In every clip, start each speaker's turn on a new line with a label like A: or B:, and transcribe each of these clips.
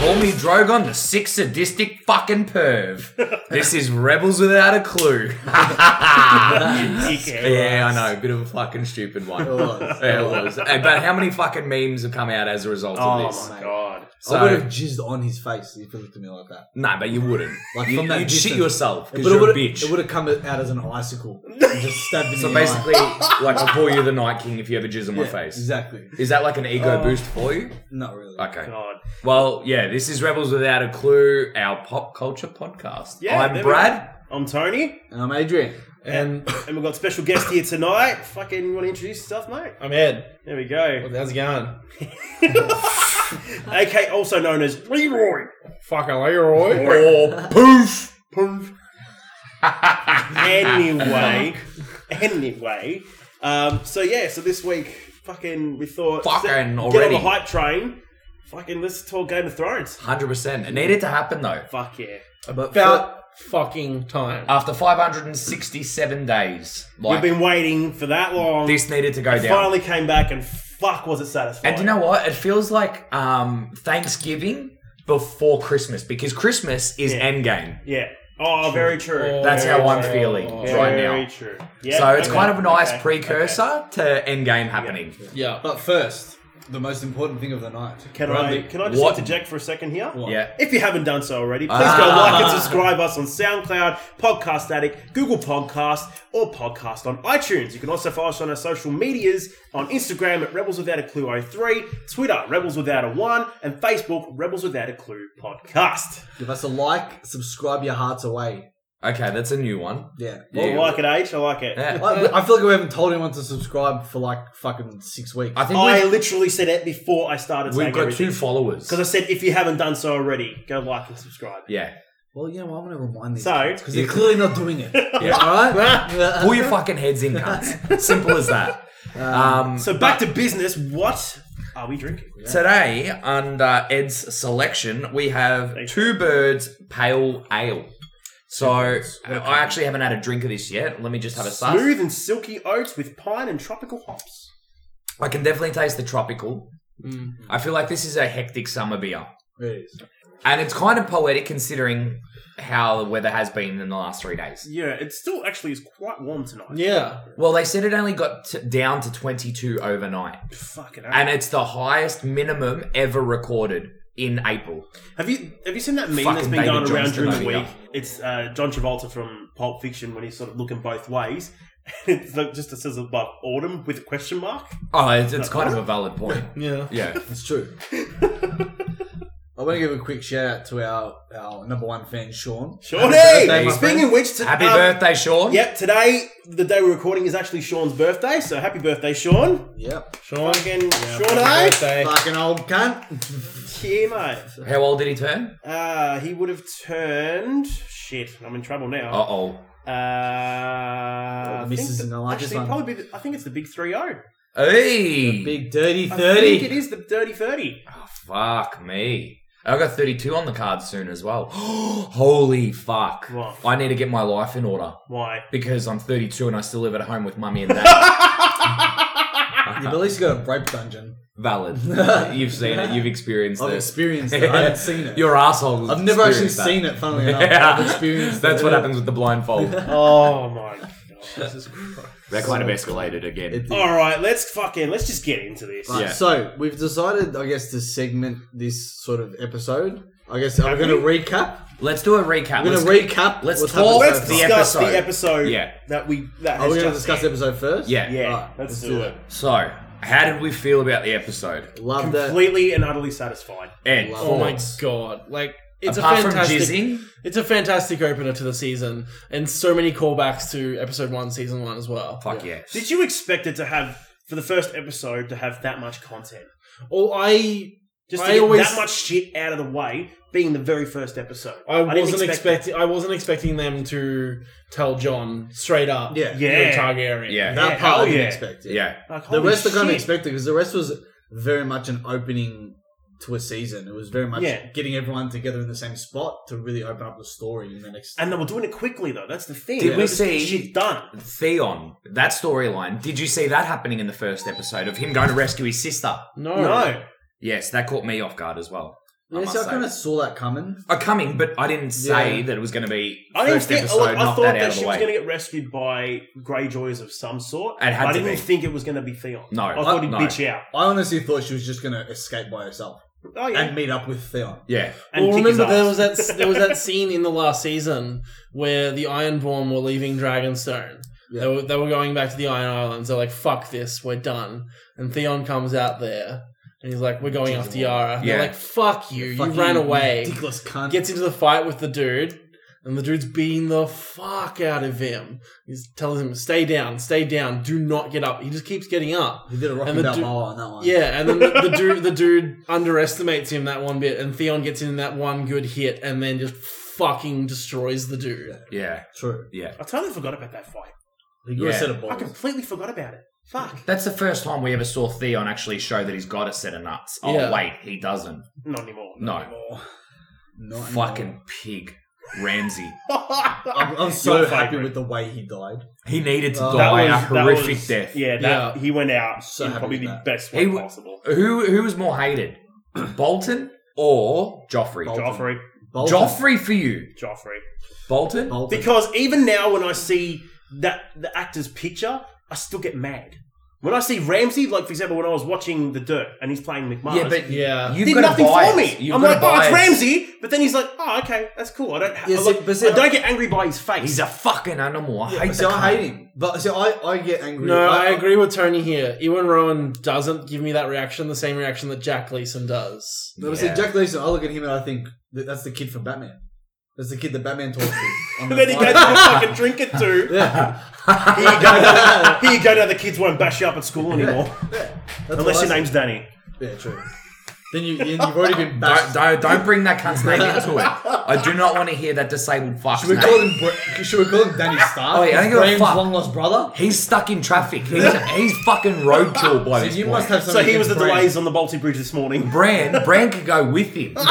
A: Call me Drogon, the sick sadistic fucking perv. this is Rebels Without a Clue. yeah, I know. Bit of a fucking stupid one. Yeah, it was. Hey, But how many fucking memes have come out as a result of
B: Oh
A: this?
B: my god.
A: So,
C: I would have jizzed on his face if he looked at me like that.
A: no, but you wouldn't.
C: Like
A: you,
C: from that
A: you'd shit
C: distance.
A: yourself because
C: But it
A: you're a
C: would've-
A: bitch.
C: It would have come out as an icicle and just stabbed him
A: so
C: in the eye.
A: basically, like I'll call you the Night King if you ever jizz on my
C: Yeah,
A: face.
C: Exactly. Uh,
A: Is that like an ego
B: Oh.
A: boost for you?
C: Not really.
A: Okay.
B: God.
A: Well, yeah, this is Rebels Without a Clue, our pop culture podcast.
B: Yeah,
A: I'm
B: there we
A: Brad.
B: I'm Tony,
C: And I'm Adrian.
D: And
B: and we've got special guest here tonight. Fucking, you want to introduce yourself, mate?
D: I'm Ed.
B: Um, There we go.
D: How's it going?
B: AK, also known as Leroy.
D: Fucking Leroy.
A: Or poof.
B: Anyway, anyway. Um, so yeah, so this week, fucking, we thought
A: Fucking
B: get on
A: already.
B: the hype train. Fucking, let's talk Game of Thrones.
A: 100%. It needed to happen though.
B: Fuck yeah.
C: But
D: About fucking time.
A: After 567 days, like
B: We've been waiting for that long.
A: this needed to go down.
B: finally came back, and fuck, was it satisfying?
A: And do you know what? It feels like um, Thanksgiving before Christmas because Christmas is
B: Yeah.
A: Endgame.
B: Yeah. Oh, very true.
D: Oh,
A: That's
B: Very
A: how I'm
B: true.
A: feeling
D: Oh.
B: Very
A: right now.
B: true. Yeah,
A: so it's
B: okay,
A: kind of a nice
B: okay, okay.
A: precursor to Endgame happening.
D: Yeah.
C: But first, the most important thing of the night.
B: Can
C: Bradley.
B: I can I just
A: What-
B: interject for a second here?
C: What?
A: Yeah.
B: If you haven't done so already, please
A: Ah.
B: go like and subscribe us on SoundCloud, Podcast Addict, Google Podcast, or Podcast on iTunes. You can also follow us on our social medias on Instagram at Rebels Without a Clue 03, Twitter Rebels Without a One, and Facebook Rebels Without a Clue Podcast.
C: Give us a like, subscribe your hearts away.
A: Okay, that's a new one.
C: Yeah.
B: I
A: Yeah.
B: like it, H. I like it.
A: Yeah.
C: I, I feel like we haven't told anyone to subscribe for like fucking six weeks.
A: I think
B: I
A: we've,
B: literally said it before I started
A: we've
B: saying
A: got
B: everything.
A: two followers.
B: Because I said, if you haven't done so already, go like and subscribe.
A: Yeah.
C: well, you know, what, I want to remind these
B: So-
C: because they're clearly not doing it. All right.
A: Pull your fucking heads in, cunts. Simple as that. Um,
B: So back to business. What are we drinking?
A: Today, under Ed's selection, we have
B: Thank
A: Two Birds Pale Ale. So uh, I actually haven't had a drink of this yet. Let me just have a suss.
B: Smooth and silky oats with pine and tropical hops.
A: I can definitely taste the tropical. I feel like this is a hectic summer beer.
C: There it is.
A: And it's kind of poetic considering how the weather has been in the last three days.
B: Yeah, it still actually is quite warm tonight.
D: Yeah.
A: Well, they said it only got to, down to 22 overnight.
B: Fucking
A: And
B: hell.
A: it's the highest minimum ever recorded in April.
B: Have you have you seen that meme
A: Fucking
B: that's been
A: David
B: going around
A: Johnston
B: during the
A: over
B: week?
A: here.
B: It's uh, John Travolta from Pulp Fiction when he's sort of looking both ways. And it's like just it says above autumn with a question mark.
A: Oh, it's, it's kind of a valid point.
D: Yeah.
A: Yeah.
C: It's true. I want to give a quick shout out to our, our number one fan, Sean.
B: Sean,
C: Happy birthday, my
B: speaking
C: friend.
B: of which, to,
A: Happy
B: um,
A: birthday, Sean.
B: Yep, today the day we're recording is actually Sean's birthday, so happy birthday, Sean!
C: Yep.
D: Sean.
B: Fucking Sean,
D: Happy
B: eh?
D: birthday.
C: Fucking old cunt.
B: Yeah, mate.
A: How old did he turn?
B: Uh, he would have turned. Shit, I'm in trouble now.
A: Uh oh.
B: Uh,
C: Oh,
B: I
C: the
B: think
C: missus
B: the-
C: is gonna like
B: actually,
C: this one.
B: probably. Be the, I think it's the big three zero.
A: Hey!
C: Big dirty
B: I think it
C: 30.
B: is the dirty thirty.
A: Oh, fuck me. I got 32 on the card soon as well. Holy fuck.
B: What?
A: I need to get my life in order
B: Why?
A: because I'm 32 and I still live at home with mummy and dad.
C: You've at least got a rape dungeon.
A: Valid. You've seen it, you've experienced
C: I've
A: it.
C: experienced it. I haven't seen it.
A: Your asshole.
C: I've never actually seen it, funnily enough. I've experienced
A: That's
C: it.
A: what happens with the blindfold.
B: oh my god!
D: Jesus Christ.
A: that kind of escalated again.
C: It-
B: All right, let's fucking let's just get into this.
C: Right,
A: Yeah.
C: So we've decided, I guess, to segment this sort of episode. I guess I'm
B: Have
C: going to
B: we?
C: recap.
A: Let's do a recap.
C: I'm going
A: Let's-
C: to recap.
A: let's
C: what's
A: talk-
C: happened so
A: the
B: Let's
C: far.
B: discuss the
A: episode.
B: episode,
A: Yeah.
B: that we that
C: Are
B: has
C: we going to
B: just
C: discuss the
B: ended.
C: episode first?
A: Yeah.
B: Yeah,
C: All right,
B: let's,
C: let's
B: do,
C: do
B: it.
A: so, how did we feel about the episode?
C: Love that.
B: Completely and utterly satisfied.
A: Ed,
C: Love
D: Oh my
A: thoughts?
D: god. Like it's
A: Apart
D: a
A: from
D: fantastic
A: jizzing,
D: It's a fantastic opener to the season and so many callbacks to episode 1 season 1 as well.
A: fuck yeah.
B: Did you expect it to have for the first episode to have that much content?
D: All I
B: Just
D: I
B: to get
D: always-
B: that much shit out of the way, being the very first episode.
D: I
B: didn't
D: wasn't
B: expect
D: expecting. I wasn't expecting them to tell John straight up.
C: Yeah.
B: Yeah.
D: you're Targaryen.
A: Yeah.
C: That
B: Oh, Yeah,
C: part
B: hell
C: I didn't
B: yeah.
C: expect.
A: Yeah.
B: Like,
C: The
B: holy
C: rest I kind of
B: shit.
C: expected because the rest was very much an opening to a season. It was very much
B: Yeah.
C: getting everyone together in the same spot to really open up the story in the next.
B: And they were doing it quickly though. That's the thing.
A: Did
B: They
A: we
B: just get
A: see-
B: shit done?
A: Theon, that storyline. Did you see that happening in the first episode of him going to rescue his sister?
D: No.
B: No,
A: Yes, that caught me off guard as well. I
C: yeah,
A: must
C: so I
A: say.
C: kind of saw that coming.
A: are coming, but I didn't say
C: Yeah.
A: that it was going to be
B: I didn't
A: first
B: think.
A: episode.
B: look, I
A: knock
B: thought
A: that
B: that,
A: out of
B: she
A: the
B: was
A: way.
B: going to get rescued by Greyjoys of some sort.
A: It had
B: I
A: to
B: didn't
A: be.
B: think it was going to be Theon.
A: No, Uh,
B: I thought he'd
A: no.
B: bitch out.
C: I honestly thought she was just going to escape by herself
B: Oh yeah,
C: and meet up with Theon.
A: yeah,
B: and
D: well,
B: kick his
D: remember there was
B: ass.
D: that there was that scene in the last season where the Ironborn were leaving Dragonstone. They,
C: Yeah.
D: were, they were going back to the Iron Islands. They're like, "Fuck this, we're done." And Theon comes out there, and he's like, "We're going
C: Jeez,
D: after Yara." And
A: yeah.
D: They're like, "Fuck you, you
C: Fucking
D: ran away."
C: Ridiculous cunt.
D: Gets into the fight with the dude, and the dude's beating the fuck out of him. He's telling him, "Stay down, stay down, do not get up." He just keeps getting up.
C: he did a Rocky
D: and the du-
C: Balboa on that one.
D: Yeah, and then the, the dude the dude underestimates him that one bit, and Theon gets in that one good hit, and then just fucking destroys the dude.
A: yeah,
C: True.
A: yeah.
B: I totally forgot about that fight.
C: You yeah.
A: Yeah.
C: set a
B: I
C: ball.
B: completely forgot about it. Fuck.
A: That's the first time we ever saw Theon actually show that he's got a set of nuts. Oh
D: Yeah.
A: wait, he doesn't.
B: Not anymore.
A: No.
C: Not
A: Fucking
C: anymore.
A: pig, Ramsey.
C: I'm,
B: I'm,
C: I'm so happy with the way he died.
A: He needed to
C: Oh.
A: die a horrific death.
B: Yeah, that, he went out
C: So
B: in
C: happy
B: probably
C: with
B: the
C: that.
B: best
A: He
B: way
A: w-
B: possible.
A: Who who was more hated, Bolton or Joffrey?
C: Bolton.
B: Joffrey,
C: Bolton.
A: Joffrey for you,
B: Joffrey.
A: Bolton.
C: Bolton.
B: Because even now, when I see that the actor's picture, I still get mad. When I see Ramsey, like for example, when I was watching The Dirt and he's playing McMahon,
A: Yeah, but
D: Yeah.
A: you've
B: did
A: got a
B: nothing
A: bias.
B: for me.
A: You've
B: I'm
A: got
B: like,
A: a
B: oh, it's
A: bias.
B: Ramsey, but then he's like, oh, okay, that's cool. I don't, ha-
C: Yeah,
B: I
C: see,
B: like-
C: but see,
B: I don't get angry by his face.
A: He's a fucking animal. I
C: Yeah,
A: hate
C: but see,
A: that
C: I
A: cunt.
C: hate him. But see, I, I get angry.
D: No, I agree with Tony here. Ewan Rowan doesn't give me that reaction, the same reaction that Jack Leeson does.
C: But
A: Yeah.
C: see, Jack Leeson, I look at him and I think that that's the kid from Batman. That's the kid that Batman talks to. on
B: and then he
C: the
B: goes to
C: phone.
B: fucking drink it too.
C: yeah,
B: Here you go. Now, here you go. Now the kids won't bash you up at school anymore,
C: That's
B: unless
C: what
B: your
C: I
B: name's Danny.
C: say. Yeah, true. Then you, then you've already been
A: Don't,
C: bashed.
A: don't, don't bring that cunt's name into it. I do not want to hear that disabled fuck's
C: Should we
A: name.
C: call him? Bra- should we call him Danny Stark?
A: Oh, yeah, I
C: He's
A: don't give a
C: Graham's
A: fuck.
C: long lost brother.
A: he's stuck in traffic. He's, he's fucking roadkill by
C: So
A: this
C: you
A: point.
C: must have
B: So
C: something
B: he was the
C: against Graham.
B: delays on the Balti Bridge this morning.
A: Bran, Bran could go with him. the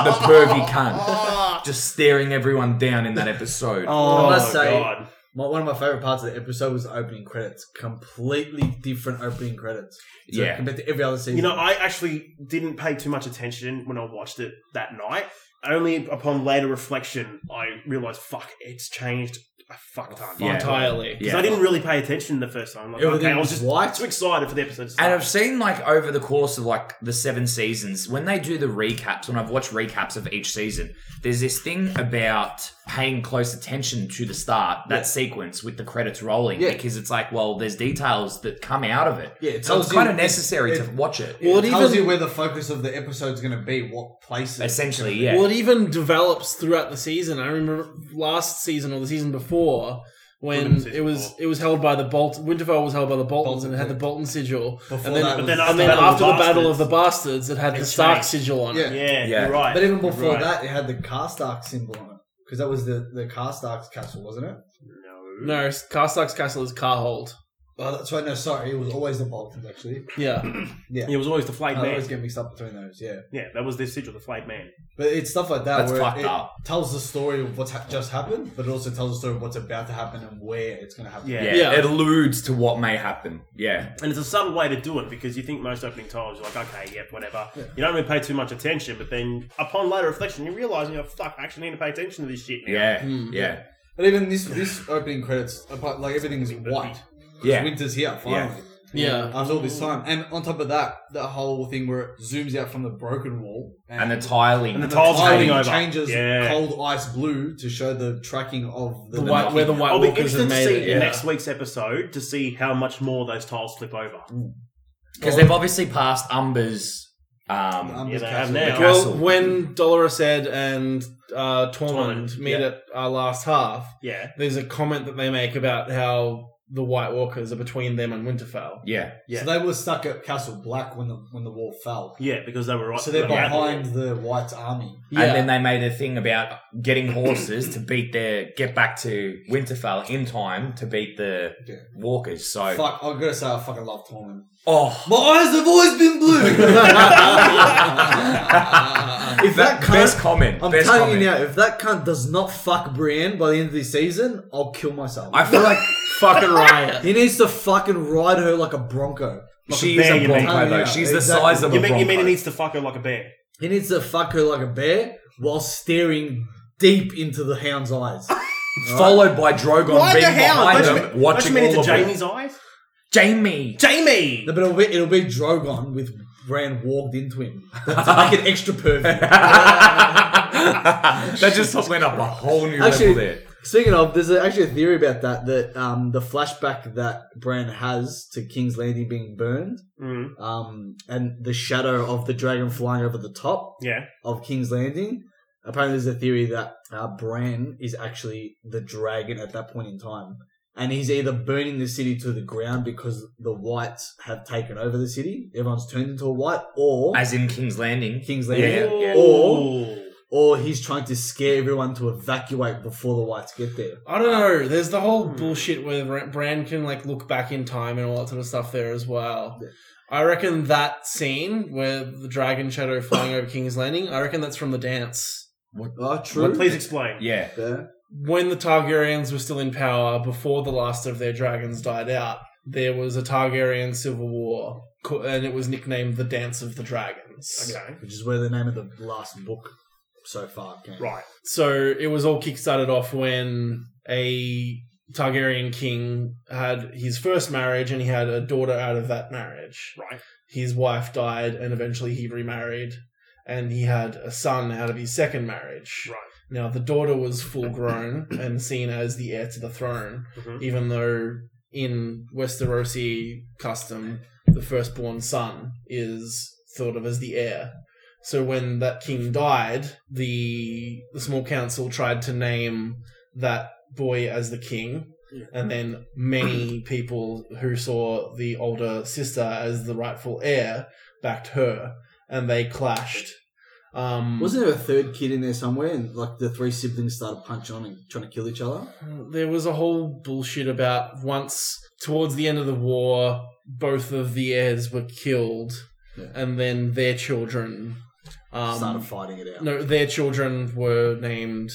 A: pervy
B: Oh.
A: cunt. Just staring everyone down in that episode.
C: Oh, I must say,
B: God.
C: my, one of my favorite parts of the episode was the opening credits. Completely different opening credits. So
A: Yeah.
C: compared to every other season.
B: You know, I actually didn't pay too much attention when I watched it that night. Only upon later reflection, I realized, fuck, it's changed a fuck ton.
A: Yeah.
D: Entirely.
A: Yeah.
B: Because I didn't really pay attention the first time. Like,
C: Everything
B: okay, I was
C: was
B: just
C: white.
B: too excited for the episode. To start.
A: And I've seen like over the course of like the seven seasons, when they do the recaps, when I've watched recaps of each season, there's this thing about paying close attention to the start, that sequence with the credits rolling,
C: Yeah.
A: because it's like, well, there's details that come out of it.
C: Yeah, it
A: so it's
C: tells you-
A: kind of necessary
C: it-
A: to watch it.
D: Well,
C: it
D: it
C: tells
D: even-
C: you where the focus of the episode's going to be, what places.
A: Essentially, yeah.
D: Well, it even develops throughout the season. I remember last season or the season before
B: Would've been
D: when
B: season
D: it was
B: four.
D: it was held by the Bolt. Winterfell was held by the Boltons
C: Bolton,
D: and it had the Bolton sigil.
C: Before
D: and then,
C: that
B: But
C: was-
B: then
D: and
B: after
D: then
B: the Battle of
D: after
B: the
D: the Battle of
B: Bastards,
D: the Bastards, it had
B: it
D: the Stark
B: changed.
D: sigil on it.
C: Yeah.
B: yeah,
A: Yeah.
B: you're right.
C: But even before
B: Right.
C: that, it had the Karstark symbol on it. Because that was the, the Karstark's castle, wasn't it?
B: no.
D: No, Karstark's castle is Carhold.
C: Oh, that's right. No, sorry. It was always the Baltans, actually.
D: Yeah.
B: It Oh, was always the flayed
C: I
B: man.
C: always get mixed up between those, yeah.
B: Yeah, that was their sigil, the flayed man.
C: But it's stuff like that
A: That's
C: where
A: fucked
C: it
A: up.
C: tells the story of what's ha- just happened, but it also tells the story of what's about to happen and where it's going to happen.
B: Yeah.
A: yeah.
D: Yeah.
A: It alludes to what may happen. Yeah.
B: And it's a subtle way to do it because you think most opening titles, you're like, okay, yep, whatever. You don't really pay too much attention, but then upon later reflection, you realise, you know, fuck, I actually need to pay attention to this shit now.
A: Yeah.
D: Mm.
A: Hmm. Yeah.
C: But even this this opening credits, apart, like everything's white. 'Cause
A: Yeah.
C: Winter's here, finally.
D: Yeah.
C: After all this time. And on top of that, that whole thing where it zooms out from the broken wall
A: And the tiling.
B: And the
C: the
B: tiles
C: tiling
B: hanging over.
C: changes
B: Yeah.
C: cold ice blue to show the tracking of the,
D: The white, where the White
B: I'll be
D: Walkers
B: interested
D: have
B: Oh, to
D: made
B: see
D: it.
B: in
D: Yeah.
B: next week's episode to see how much more those tiles flip over.
A: Because they've obviously passed Umber's. Um,
C: Umber's
B: Yeah, they have
C: castle.
B: now.
D: Well,
A: Castle.
D: when Dolores said and uh,
B: Tormund,
D: Tormund meet
B: yeah.
D: at our last half,
B: Yeah.
D: there's a comment that they make about how the White Walkers are between them and Winterfell.
A: yeah.
B: Yeah.
C: So they were stuck at Castle Black when the when the wall fell.
B: Yeah, because they were right.
C: So they're
B: they were at the
C: behind
B: wall.
C: the White's army.
D: Yeah.
A: And then they made a thing about getting horses to beat their get back to Winterfell in time to beat the
C: Yeah.
A: walkers. So
C: Fuck, I gotta say, I fucking love Tormund.
A: oh
C: My eyes have always been blue. if that, cunt,
A: best comment.
C: I'm
A: best
C: telling
A: comment.
C: you now, if that cunt does not fuck Brienne by the end of the season, I'll kill myself.
A: I feel like
D: Fucking riot.
C: he needs to fucking ride her like a bronco.
A: she is
B: bear,
A: a
B: you mean.
A: bronco though.
C: Yeah,
A: She's the
C: exactly.
A: size of
B: You
A: a
B: mean,
A: bronco.
B: you mean it needs to fuck her like a bear?
C: He needs to fuck her like a bear while staring deep into the hound's eyes.
A: Followed by Drogon being behind
B: Don't you
A: them,
B: mean-
A: watching
B: don't you mean
A: all
B: into
A: of them.
B: Jamie's eyes?
A: Jamie.
B: Jamie!
C: No, but it'll be, it'll be Drogon with Bran walked into him to make it extra perfect.
A: that just went up a whole new
C: Actually-
A: level there.
C: Speaking of, there's a, actually a theory about that that um, the flashback that Bran has to King's Landing being burned,
B: Mm,
C: um, and the shadow of the dragon flying over the top
B: yeah.
C: of King's Landing. Apparently, there's a theory that uh, Bran is actually the dragon at that point in time, and he's either burning the city to the ground because the Whites have taken over the city, everyone's turned into a White, or
A: As in King's Landing.
C: King's Landing,
A: Yeah, yeah.
C: or or he's trying to scare everyone to evacuate before the Whites get there.
D: I don't know. There's the whole
B: Hmm.
D: bullshit where Bra- Bran can like look back in time and all that sort of stuff there as well.
C: Yeah.
D: I reckon that scene where the dragon shadow flying over King's Landing. I reckon that's from the dance
C: Oh,
B: Well,
C: true.
B: please explain.
A: Yeah.
C: Yeah.
D: when the Targaryens were still in power before the last of their dragons died out. There was a Targaryen civil war, co- and it was nicknamed the Dance of the Dragons.
B: Okay.
C: Which is where the name of the last book so far came.
B: Right.
D: So it was all kickstarted off when a Targaryen king had his first marriage and he had a daughter out of that marriage.
B: Right.
D: His wife died and eventually he remarried and he had a son out of his second marriage.
B: Right.
D: Now the daughter was full grown and seen as the heir to the throne,
B: Mhm.
D: even though in Westerosi custom the firstborn son is thought of as the heir. So when that king died, the the small council tried to name that boy as the king, and then many people who saw the older sister as the rightful heir backed her, and they clashed. Um,
C: Wasn't there a third kid in there somewhere, and like the three siblings started punching on and trying to kill each other?
D: There was a whole bullshit about once towards the end of the war, both of the heirs were killed,
C: Yeah.
D: and then their children um,
C: started fighting it out.
D: No, their children were named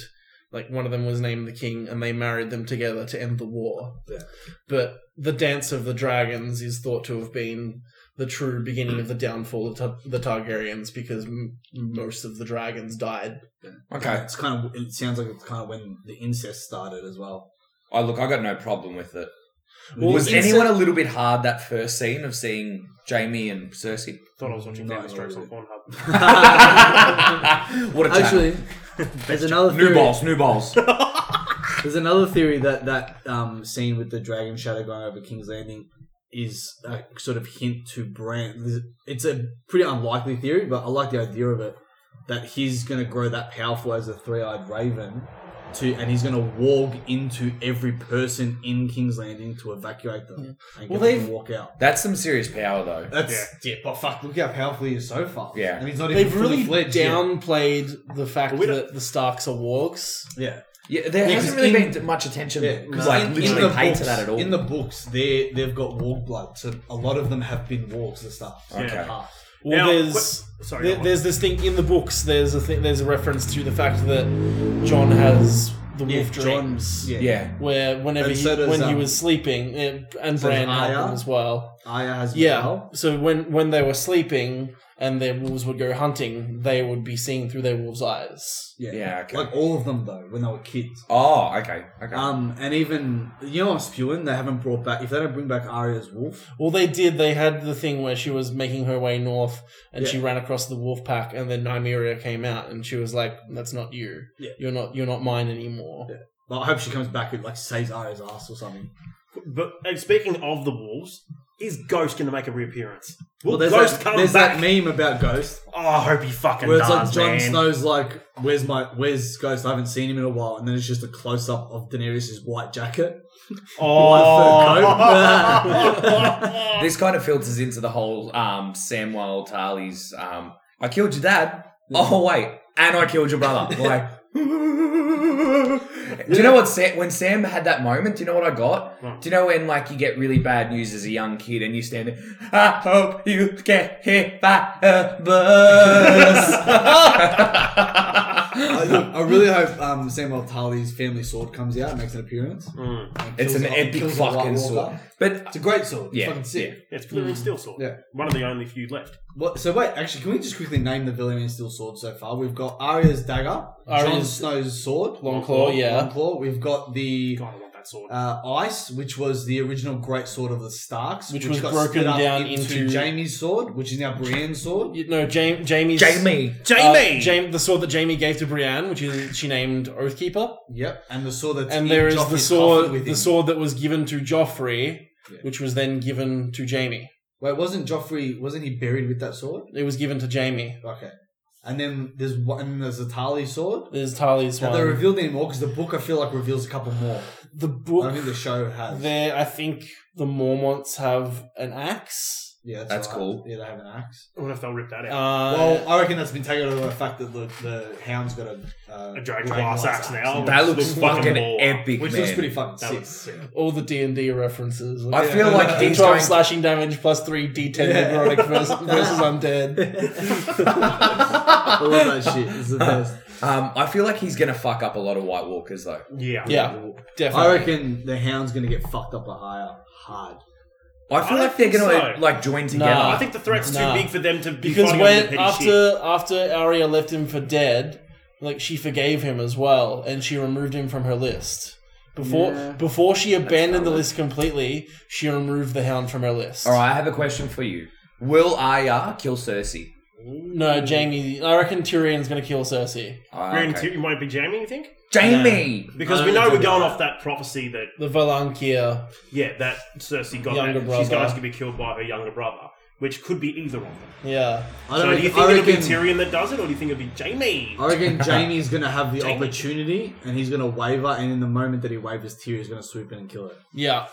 D: like one of them was named the king, and they married them together to end the war.
C: Yeah.
D: But the dance of the dragons is thought to have been the true beginning of the downfall of Ta- the Targaryens because m- most of the dragons died.
A: Okay.
C: It's kind of. It sounds like it's kind of when the incest started as well.
A: Oh, look, I got no problem with it.
D: Well,
A: was
D: it's-
A: anyone a little bit hard that first scene of seeing Jamie and Cersei?
B: Thought I was watching
C: No,
B: Family Strokes on
C: really.
B: Pornhub.
A: what a Actually,
C: Actually, there's another
A: New
C: theory.
A: balls, new balls.
C: There's another theory that that um, scene with the dragon shadow going over King's Landing is a sort of hint to Bran. It's a pretty unlikely theory, but I like the idea of it that he's going to grow that powerful as a three-eyed raven. To, and he's going to walk into every person in King's Landing to evacuate them and
D: Well,
C: get them
D: they've-
C: to walk out.
A: That's some serious power, though.
C: That's yeah. but fuck, look how powerful he is so far.
A: Yeah.
C: and he's not
D: They've
C: even fully
D: really
C: fledged yet.
D: downplayed the fact
B: But we don't-
D: that the Starks are wargs.
C: Yeah,
A: Yeah, there
C: Yeah, 'cause
A: hasn't really
C: in-
A: been much attention,
C: Yeah,
A: like literally paid to that at all.
C: In the books, they they've got walk blood, so a lot of them have been walks and stuff.
A: Okay.
C: Ah,
D: Well,
B: Now,
D: there's
B: Sorry.
D: there,
B: go on.
D: there's this thing in the books. There's a thing. There's a reference to the fact that John has the wolf
C: Yeah, John-
D: dreams.
C: yeah.
A: yeah,
D: Where whenever
C: And
D: he,
C: so does,
D: when he
C: um,
D: was sleeping, eh, and
C: so does
D: Bran had
C: Arya.
D: them as well.
C: Aya has
D: Yeah.
C: well.
D: So when when they were sleeping and their wolves would go hunting, they would be seen through their wolves' eyes.
C: Yeah,
A: Yeah, okay.
C: like all of them though when they were kids.
A: Oh, okay, okay.
C: Um, and even you know I'm spewing. They haven't brought back if they don't bring back Arya's wolf.
D: Well, they did. They had the thing where she was making her way north and she
C: Yeah.
D: ran across the wolf pack, and then Nymeria came out and she was like, "That's not you.
C: Yeah.
D: You're not. You're not mine anymore."
C: Yeah. But I hope she comes back and like saves Arya's ass or something.
B: But and speaking of the wolves, is Ghost going to make a reappearance? Will
C: Well, there's,
B: Ghost
C: that,
B: come
C: there's
B: back?
C: that meme about Ghost
B: oh, I hope he fucking
C: where it's
B: does,
C: like Jon
B: man.
C: Snow's like, "Where's my where's Ghost? I haven't seen him in a while." And then it's just a close up of Daenerys' white jacket.
B: Oh.
A: this kind of filters into the whole um, Samuel Tarly's. Um, I killed your dad.
C: Mm.
A: Oh wait, and I killed your brother. Like, do you know what? Sam, when Sam had that moment, do you know what I got?
B: What?
A: Do you know when like you get really bad news as a young kid and you stand there? I hope you get hit by a bus.
C: I, look, I really hope um, Samuel Tarly's family sword comes out and makes an appearance.
B: Mm.
C: and
A: It's an
C: kills a-
A: epic
C: kills a White
A: fucking
C: Walker.
A: sword. But
C: It's a great sword.
A: Yeah,
C: Yeah, fucking sick.
B: It's Valyrian
D: Mm.
B: Steel Sword.
C: Yeah.
B: One of the only few left.
C: What, so wait, actually, can we just quickly name the Valyrian steel sword so far? We've got Arya's dagger, Jon
D: Arya's-
C: Snow's sword,
D: Longclaw, yeah.
C: Longclaw. We've got the
B: God, I want that sword.
C: uh, ice, which was the original great sword of the Starks,
D: Which was broken
C: up
D: down into-
C: Jamie's sword, which is now Brienne's sword.
D: You- No, Jamie. Jamie's.
A: Jamie,
D: uh,
B: Jamie!
D: Jam- the sword that Jamie gave to Brienne, which is she named Oathkeeper,
C: Yep, and the sword that's
D: and
C: in
D: there is the
C: Joffrey's coffin
D: sword,
C: with him.
D: the sword that was given to Joffrey,
C: Yeah.
D: which was then given to Jamie.
C: Wait, wasn't Joffrey? Wasn't he buried with that sword?
D: It was given to Jamie.
C: Okay, and then there's one. And there's the Tali sword.
D: There's Tali's
C: Have
D: one.
C: they revealed any more? Because the book I feel like reveals a couple more.
D: the
C: I don't
D: book
C: think the show has.
D: there, I think the Mormonts have an axe.
C: Yeah, that's,
A: That's
C: right.
A: cool.
C: Yeah, they have an axe.
B: I wonder if they'll rip that
D: Uh,
B: out.
C: well, I reckon that's been taken over by the fact that the, the hound's got a uh,
B: a dragon glass axe now.
A: That
B: which
A: looks
B: like a
A: fucking
B: maul.
A: epic,
C: which
A: man.
C: looks pretty fucking
B: That
C: sick.
B: looks sick.
D: all the D and D references.
A: I feel like
D: D
A: he's
D: twelve
A: going-
D: slashing damage plus three D ten
C: Yeah.
D: necrotic versus, versus undead.
C: I love that shit. It's the best.
A: um, I feel like he's gonna fuck up a lot of White Walkers though.
B: Yeah.
D: yeah,
C: I
D: definitely.
C: reckon the hound's gonna get fucked up a higher hard.
A: I feel
B: I
A: like they're
B: think
A: gonna
B: so.
A: like join together.
D: Nah,
B: I think the threat's
D: Nah.
B: too big for them to be
D: Because
B: fighting over the
D: when
B: petty
D: after
B: shit.
D: after Arya left him for dead, like she forgave him as well, and she removed him from her list. Before
C: Yeah.
D: before she abandoned the
A: valid.
D: list completely, she removed the hound from her list.
A: All right, I have a question for you. Will Arya kill Cersei?
D: No, Jamie. I reckon Tyrion's gonna kill Cersei.
A: Ah,
B: You're in
A: okay.
B: two- you might be Jamie, you think?
A: Jamie.
B: Because
C: I
B: we
C: don't
B: know we're
C: think
B: going
C: so.
B: off that prophecy that
D: The Valankia.
B: yeah, that Cersei got
D: Younger
B: that she's
D: brother.
B: guys could be killed by her younger brother, which could be either of them.
D: Yeah.
C: I
B: So do you
C: reckon,
B: think
C: I
B: it'll be
C: reckon,
B: Tyrion that does it, or do you think it'll be Jamie?
C: I reckon Jamie's gonna have the
B: Jamie.
C: opportunity, and he's gonna waver. And in the moment that he wavers, Tyrion's gonna swoop in and kill it.
D: Yeah.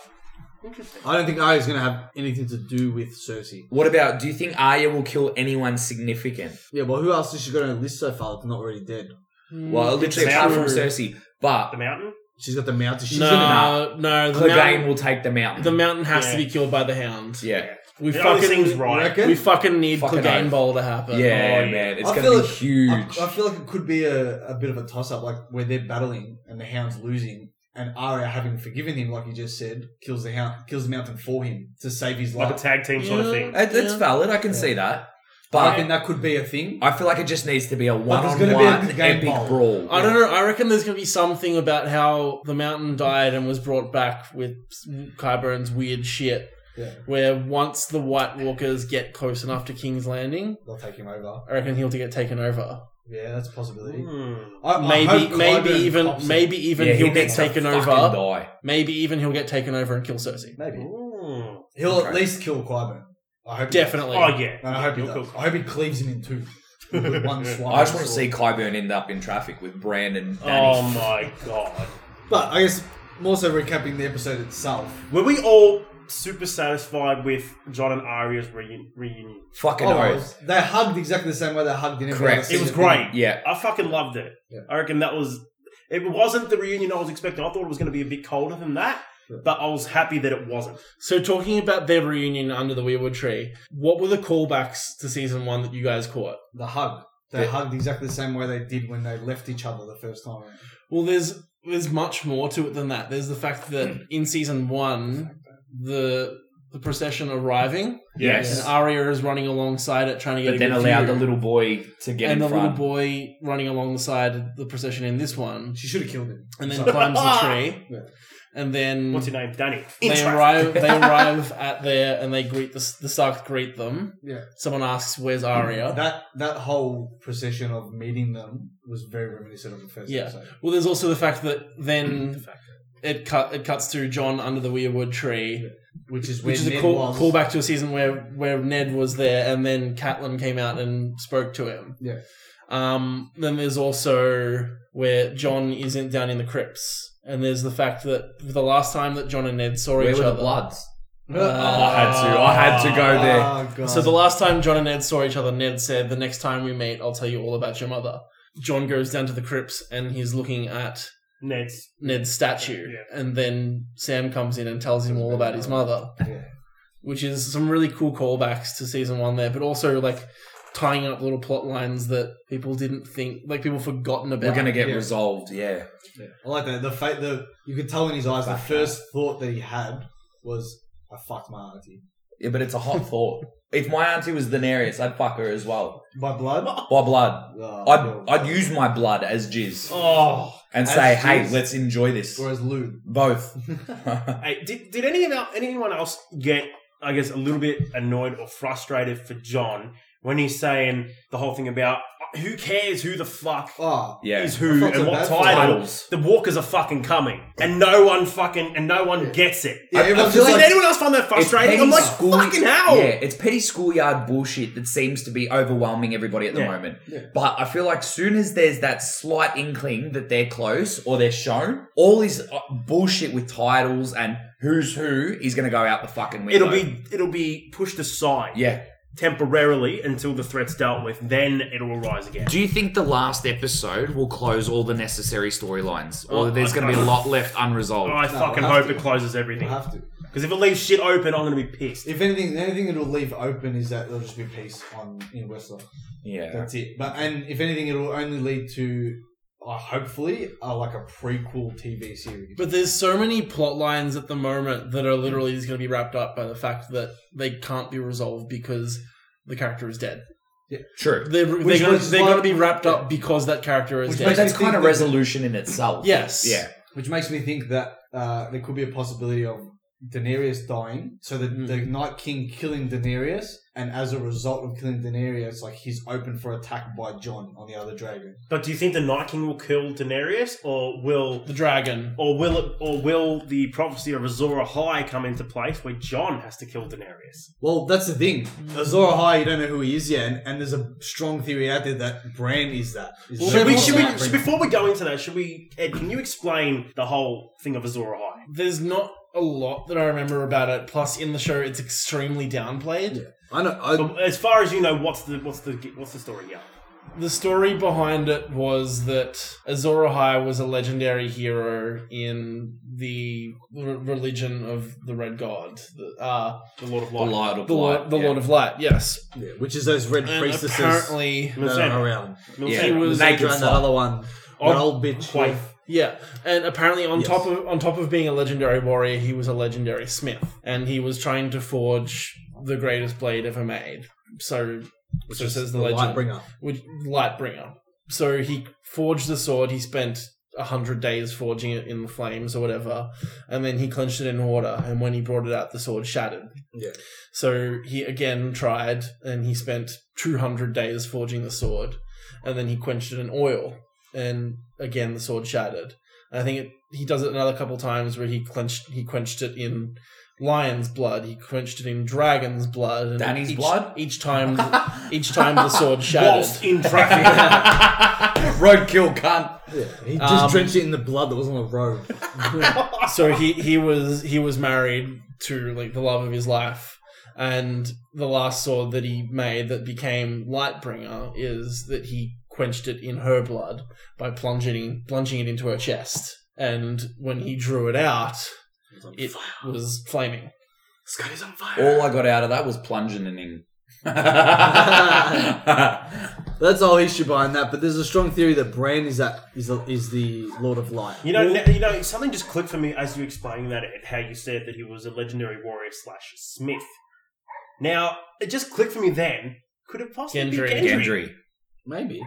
B: Interesting.
C: I don't think Arya's gonna have anything to do with Cersei.
A: What about? Do you think Arya will kill anyone significant?
C: Yeah, well, who else is she got on her list so far that's not already dead?
D: Mm,
A: Well, literally apart from
D: true.
A: Cersei, but
B: The mountain?
C: She's got the mountain. She's gonna.
D: no, no, the
A: Clegane
D: mountain,
A: will take them out.
D: the
C: Um,
D: mountain has to
B: Yeah.
D: be killed by the hound.
A: yeah,
D: We
B: It only
D: fucking
B: seems
C: You
B: right.
C: reckon?
D: we fucking need
A: Fucking
D: Clegane
A: oath.
D: Bowl to happen.
A: yeah,
B: yeah.
A: man, it's
C: I
A: gonna
C: feel
A: be
C: like-
A: huge.
C: I, I feel like it could be a, a bit of a toss up, like where they're battling and the hound's losing, and Arya, having forgiven him, like you just said, kills the hound, kills the mountain for him to save his
B: Like a
C: life.
B: tag team sort of
D: Yeah.
B: thing.
A: It- it's
D: Yeah.
A: valid. I can
C: Yeah.
A: see that,
C: I
A: but
C: reckon that could be a thing.
A: I feel like it just needs to be a
C: Like, there's gonna be a
A: one-on-one
C: game
A: epic
C: bowl.
A: brawl.
D: I don't know. I reckon there's gonna be something about how the mountain died and was brought back with Kyburn's weird shit.
C: Yeah.
D: Where once the White Walkers get close enough to King's Landing,
C: They'll take him over.
D: I reckon he'll get taken over.
C: Yeah, that's a possibility.
B: Hmm.
C: I, I hope
D: Maybe,
C: Kylo
D: maybe
C: Ren
D: even,
C: pops it.
D: maybe even
A: Yeah,
D: he'll
A: he
D: get
A: needs to
D: taken
A: fucking
D: over.
A: Die.
D: Maybe even he'll get taken over and kill Cersei.
C: maybe
B: Hmm.
C: he'll at
A: Okay.
C: least kill Qyburn. I hope he does.
D: Definitely.
B: Oh yeah.
C: And I hope he
B: You'll
C: does.
B: cook.
C: I hope he cleaves him in two with one swipe.
A: I just want to see Kyburn end up in traffic with Bran and Danny.
B: Oh my god.
C: But I guess more so recapping the episode itself.
B: Were we all super satisfied with John and Arya's reun- reunion?
A: Fucking
C: Oh,
A: oath.
C: they hugged exactly the same way they hugged in every
A: Correct.
C: other
B: It was
C: season.
B: great.
A: Yeah.
B: I fucking loved it.
C: Yeah.
B: I reckon that was. It wasn't the reunion I was expecting. I thought it was going to be a bit colder than that,
C: Yeah.
B: but I was happy that it wasn't.
D: So, talking about their reunion under the Weirwood tree, what were the callbacks to season one that you guys caught?
C: The hug. They
A: Yeah.
C: hugged exactly the same way they did when they left each other the first time.
D: Well, there's there's much more to it than that. There's the fact that in season one, the the procession arriving
A: Yes.
D: and Arya is running alongside it, trying to get.
A: But
D: a
A: then
D: good
A: allowed
D: view.
A: the little boy to get
D: and
A: in
D: the
A: front.
D: little boy running alongside the procession in this one,
C: She should have killed him.
D: and then
C: Sorry.
D: climbs the tree,
C: Yeah.
D: and then
B: um, What's your name? Danny.
D: they
B: Intro.
D: arrive. They arrive at there, and they greet the the Starks greet them.
C: Yeah.
D: Someone asks, "Where's Arya?"
C: That that whole procession of meeting them was very reminiscent of the first
D: Yeah.
C: episode.
D: Well, there's also the fact that then
B: fact.
D: it cut it cuts to John under the weirwood tree,
C: Which is where
D: which is a
C: Ned
D: call,
C: was.
D: callback to a season where where Ned was there, and then Catelyn came out and spoke to him.
C: Yeah.
D: Um. Then there's also where John isn't down in the crypts, and there's the fact that the last time that John and Ned saw
A: Where
D: each
A: were the
D: other,
A: bloods? Oh,
D: Uh,
A: I had to. I had to go there.
C: Oh, God.
D: So the last time John and Ned saw each other, Ned said, "The next time we meet, I'll tell you all about your mother." John goes down to the crypts and he's looking at
B: Ned's.
D: Ned's statue,
B: Yeah.
D: and then Sam comes in and tells him all about his mother,
C: Yeah.
D: which is some really cool callbacks to season one there, but also like tying up little plot lines that people didn't think, like people forgotten about.
A: We're going to get
C: Yeah.
A: resolved. Yeah.
C: Yeah. I like that. The fa- the you could tell in his eyes. The
A: Back
C: first thought that he had was, "I fucked my auntie
A: Yeah, but it's a hot thought. If my auntie was Daenerys, I'd fuck her as well.
C: by blood."
A: By blood.
C: Oh,
A: I'd,
C: yeah.
A: I'd use my blood as jizz
B: Oh,
A: and
C: as
A: say, hey,
C: jizz?
A: let's enjoy this.
C: Whereas lewd.
A: Both.
B: Hey, did, did any of our, anyone else get, I guess, a little bit annoyed or frustrated for John when he's saying the whole thing about who cares who the fuck
C: Oh,
A: yeah.
B: is who
C: I
B: and
C: felt so
B: what
C: bad for
B: title?
A: Titles.
B: The Walkers are fucking coming, and no one fucking and no one gets it.
C: yeah. everyone's
B: Does
C: just like,
B: anyone else find that
A: It's
B: frustrating?
A: petty
B: I'm like,
A: school-
B: fucking hell.
A: Yeah, it's petty schoolyard bullshit that seems to be overwhelming everybody at the
B: Yeah.
A: moment.
C: Yeah.
A: But I feel like soon as there's that slight inkling that they're close or they're shown, all this uh, bullshit with titles and who's who is going to go out the fucking window.
B: It'll be it'll be pushed aside
A: yeah.
B: temporarily until the threat's dealt with. Then it'll arise again.
A: Do you think the last episode will close all the necessary storylines, or
B: Oh,
A: there's
B: I
A: going to be a
B: don't- Oh,
A: lot left unresolved?
B: I
C: we'll
B: fucking
C: have
B: hope
C: to.
B: it closes
C: "I
B: everything
C: have to."
A: Uh-huh.
B: because if it leaves shit open, I'm gonna be pissed.
C: If anything, the only thing it'll leave open is that there'll just be peace on in Western.
A: yeah,
C: That's it. But and if anything, it'll only lead to, uh, hopefully, uh, like a prequel TV series.
D: But there's so many plot lines at the moment that are literally just going to be wrapped up by the fact that they can't be resolved because the character is dead.
A: true.
D: They're,
C: Which
D: they're, gonna,
C: was
D: they're
C: like-
D: gonna be wrapped up because that character is
C: Which
A: But
D: dead.
C: makes-
A: that's
C: I
A: kind
C: think
A: of
C: that-
A: resolution in itself.
D: yes.
A: Yeah.
C: which makes me think that uh, there could be a possibility of Daenerys dying. So the,
D: Mm.
C: the Night King killing Daenerys, and as a result of killing Daenerys, like he's open for attack by John on the other dragon.
B: But do you think the Night King will kill Daenerys, or will
D: The dragon.
B: or will it, or will the prophecy of Azor Ahai come into place where John has to kill Daenerys?
C: Well, that's the thing.
D: Hmm.
C: Azor Ahai, you don't know who he is yet, and, and there's a strong theory out there that Bran is that. Is
D: Well,
B: Should
C: Bran
B: we,
D: Well,
B: should we,
D: well,
B: should- before we go into that, should we, Ed, can you explain the whole thing of Azor Ahai?
D: There's not a lot that I remember about it. Plus, in the show, it's extremely downplayed.
C: I know. I,
B: So, As far as you know, what's the what's the what's the story? Yeah,
D: The story behind it was that Azor Ahai was a legendary hero in the r- religion of the Red God, the, uh,
B: the Lord of
A: The
B: Light.
A: Lord of
D: the, Lord,
A: Light.
D: the
A: yeah.
D: Lord of Light. Yes,
C: yeah, which is those red
D: and
C: priestesses
D: apparently,
C: that
B: Milsena.
C: are around.
A: Yeah.
B: Milsena.
D: was-
A: Naked
C: Dragon, that
A: Slut.
C: other one, that old bitch.
B: Wife.
D: Yeah, and apparently on
C: Yes.
D: top of on top of being a legendary warrior, he was a legendary smith, and he was trying to forge the greatest blade ever made. So,
C: which
D: so
C: is
D: says the, legend,
C: Lightbringer.
D: which Lightbringer. So he forged the sword. He spent a hundred days forging it in the flames or whatever, and then he clenched it in water. And when he brought it out, the sword shattered.
C: Yeah.
D: So he again tried, and he spent two hundred days forging the sword, and then he quenched it in oil, and again the sword shattered. And I think it, he does it another couple times where he clenched he quenched it in lion's blood, he quenched it in dragon's blood, and
A: Danny's
D: each,
A: blood?
D: Each time, each time the sword shattered.
B: Whilst in traffic.
A: Roadkill cunt.
C: Yeah, he just
D: Um,
C: drenched it in the blood that was on the road.
D: so he he was he was married to like the love of his life and the last sword that he made that became lightbringer is that he quenched it in her blood by plunging plunging it into her chest and when he drew it out it was flaming
B: Scotty's on fire.
A: All I got out of that was plunging and in. yeah,
C: That's the whole issue behind that. But there's a strong theory that Bran is that is the, is the Lord of Light.
B: You know, ne- you know, something just clicked for me as you were explaining that Ed, how you said that he was a legendary warrior slash smith. Now it just clicked for me. Then could it possibly
D: Gendry.
B: be Gendry?
A: Gendry.
D: maybe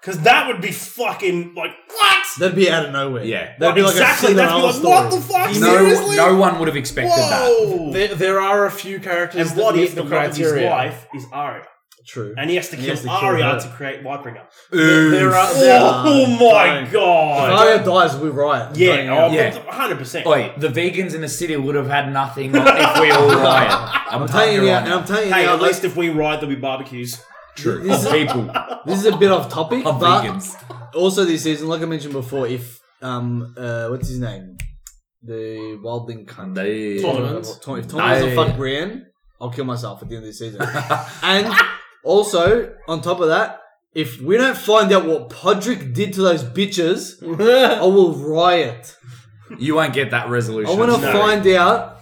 B: Because that would be fucking like what?
C: That'd be out of nowhere.
A: Yeah.
C: that'd be like
B: exactly.
C: a
B: That'd be
C: Cinderella
B: like what the
C: story.
B: fuck?
D: No-
A: No,
B: Seriously?
A: no one would have expected that.
B: Whoa!
D: there, there are a few characters
B: and what
D: that
B: if the
D: meet the
B: love of his
D: criteria
B: wife is Arya,
C: True.
B: and he has to
C: And he
B: kill
C: has to kill
B: Arya
C: her.
B: to create Lightbringer?
A: Oof.
D: there are there,
B: Oh, my
C: Fine. If
B: god!
C: Arya dies, we riot.
B: Yeah, oh,
A: Yeah.
B: hundred percent.
A: Oi, the vegans in the city would have had nothing if we all riot. I'm,
C: I'm telling you now.
A: right
C: and I'm telling you
B: Hey,
C: now.
B: at
C: like,
B: least if we ride, there'll be barbecues.
A: True.
C: This is-
A: people
C: this is a bit off topic,
A: are
C: but
A: vegans.
C: also this season, like I mentioned before, if um uh what's his name, the wildling cunt.
A: They-
D: Tormund.
C: Tom, if Tom doesn't
A: No.
C: fuck Brienne, I'll kill myself at the end of the season. and also, on top of that, if we don't find out what Podrick did to those bitches, I will riot.
A: You won't get that resolution.
C: I want to
B: No.
C: find out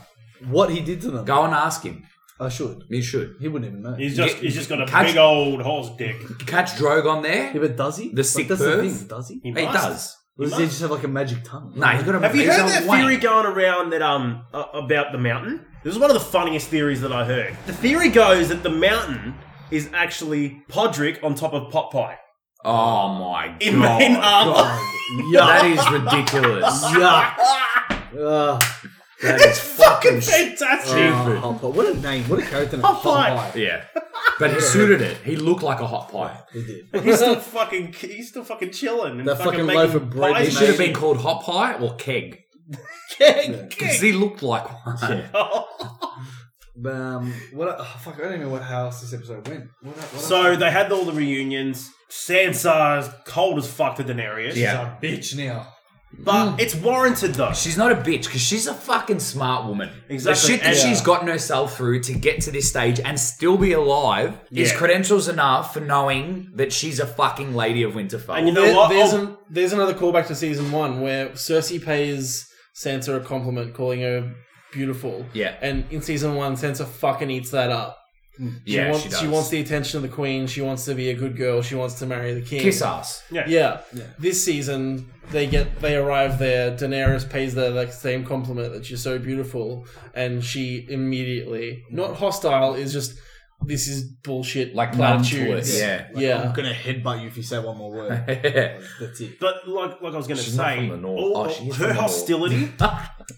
C: what he did to them.
A: Go and ask him.
C: I should.
A: You should.
C: He wouldn't even know.
B: He's just
A: Yeah,
B: he's just got a
A: catch-
B: big old horse dick.
A: Catch Drogon there.
C: yeah, but does he?
A: The sick
C: that's the
A: perv?
C: thing. Does he?
B: He
A: He
B: must.
A: does.
C: Or does
B: must.
C: he just have like a magic tongue?
A: Nah, he's got a
B: Have you
A: he's
B: heard
A: a
B: that
A: wank.
B: theory going around that um uh, about the mountain? This is one of the funniest theories that I heard. The theory goes that the mountain is actually Podrick on top of Popeye
A: Oh my
B: in
A: god.
B: main armor.
C: God.
A: That is ridiculous.
C: Yuck. Ugh.
A: That is fucking shit.
B: Fantastic.
A: Stupid. Oh,
C: Oh, Popeye. what a name. What a character name.
B: Popeye.
C: Popeye.
A: Yeah. But he suited it. He looked like a hot pie.
C: He did.
B: He's still fucking he's still fucking chilling and
C: That
B: fucking,
C: fucking
B: making
C: loaf of bread
B: pies
A: He
C: he
B: and
A: should have
C: made.
A: been called hot pie or keg.
B: shit.
A: Because he looked like one.
C: But, um, what? oh, fuck, I don't even know what, how else this episode went. What, what
B: So they had all the reunions. Sansa's cold as fuck to Daenerys.
A: Yeah. Mm.
C: a bitch now.
B: But it's warranted though.
A: She's not a bitch because she's a fucking smart woman. The
B: Exactly.
A: shit that
B: And-
A: she's gotten herself through to get to this stage and still be alive is
B: Yeah.
A: credentials enough for knowing that she's a fucking lady of Winterfell.
B: And you know
D: There-
B: what?
D: There's,
B: Oh.
D: an, there's another callback to season one where Cersei pays Sansa a compliment, calling her beautiful.
A: Yeah.
D: And in season one, Sansa fucking eats that up. She
A: yeah,
D: wants,
A: she does.
D: wants the attention of the queen. She wants to be a good girl. She wants to marry the king.
A: kiss ass.
D: Yeah.
C: Yeah.
D: This season, they get they arrive there. Daenerys pays the like, same compliment that she's so beautiful, and she immediately not hostile is just this is bullshit
A: Like numb to it,
D: platitudes.
A: yeah.
C: Like,
D: yeah.
C: I'm gonna headbutt you if you say one more word. That's it.
B: But like, like I was going to
A: She's not
B: say,
A: from the north.
B: all-
A: Oh,
B: all-
A: she is from
B: her
A: the north.
B: hostility,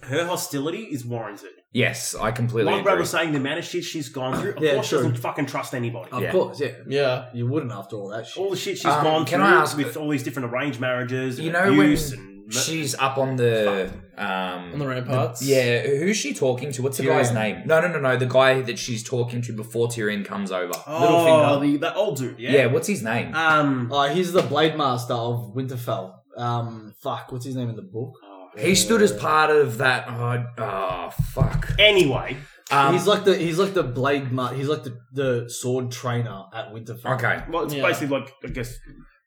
B: her hostility is warranted.
A: yes, I completely
B: Like Brad
A: agree.
B: was saying, the amount of shit she's gone through, of
C: Yeah,
B: course
C: true.
B: she doesn't fucking trust anybody.
C: Of
A: Yeah.
C: course, yeah.
D: yeah.
C: You wouldn't after all that shit.
B: all the shit she's
A: Oh, Um,
B: gone
A: can
B: through
A: I ask-
B: with all these different arranged marriages, and
A: You know when
B: abuse, and
A: she's up on the um
D: On the ramparts.
A: Yeah, who's she talking to? What's the
C: Tyrion.
A: guy's name? No, no, no, no. The guy that she's talking to before Tyrion comes over.
B: oh, the, that old dude,
A: Yeah,
B: yeah,
A: what's his name?
B: Um,
C: Oh, he's the blade master of Winterfell. Um, fuck, what's his name in the book?
A: he stood as part of that. Oh, oh fuck.
B: anyway,
A: Um,
C: he's like the he's like the blade ma- he's like the, the sword trainer at Winterfell.
A: okay,
B: well, it's
D: Yeah.
B: basically like I guess,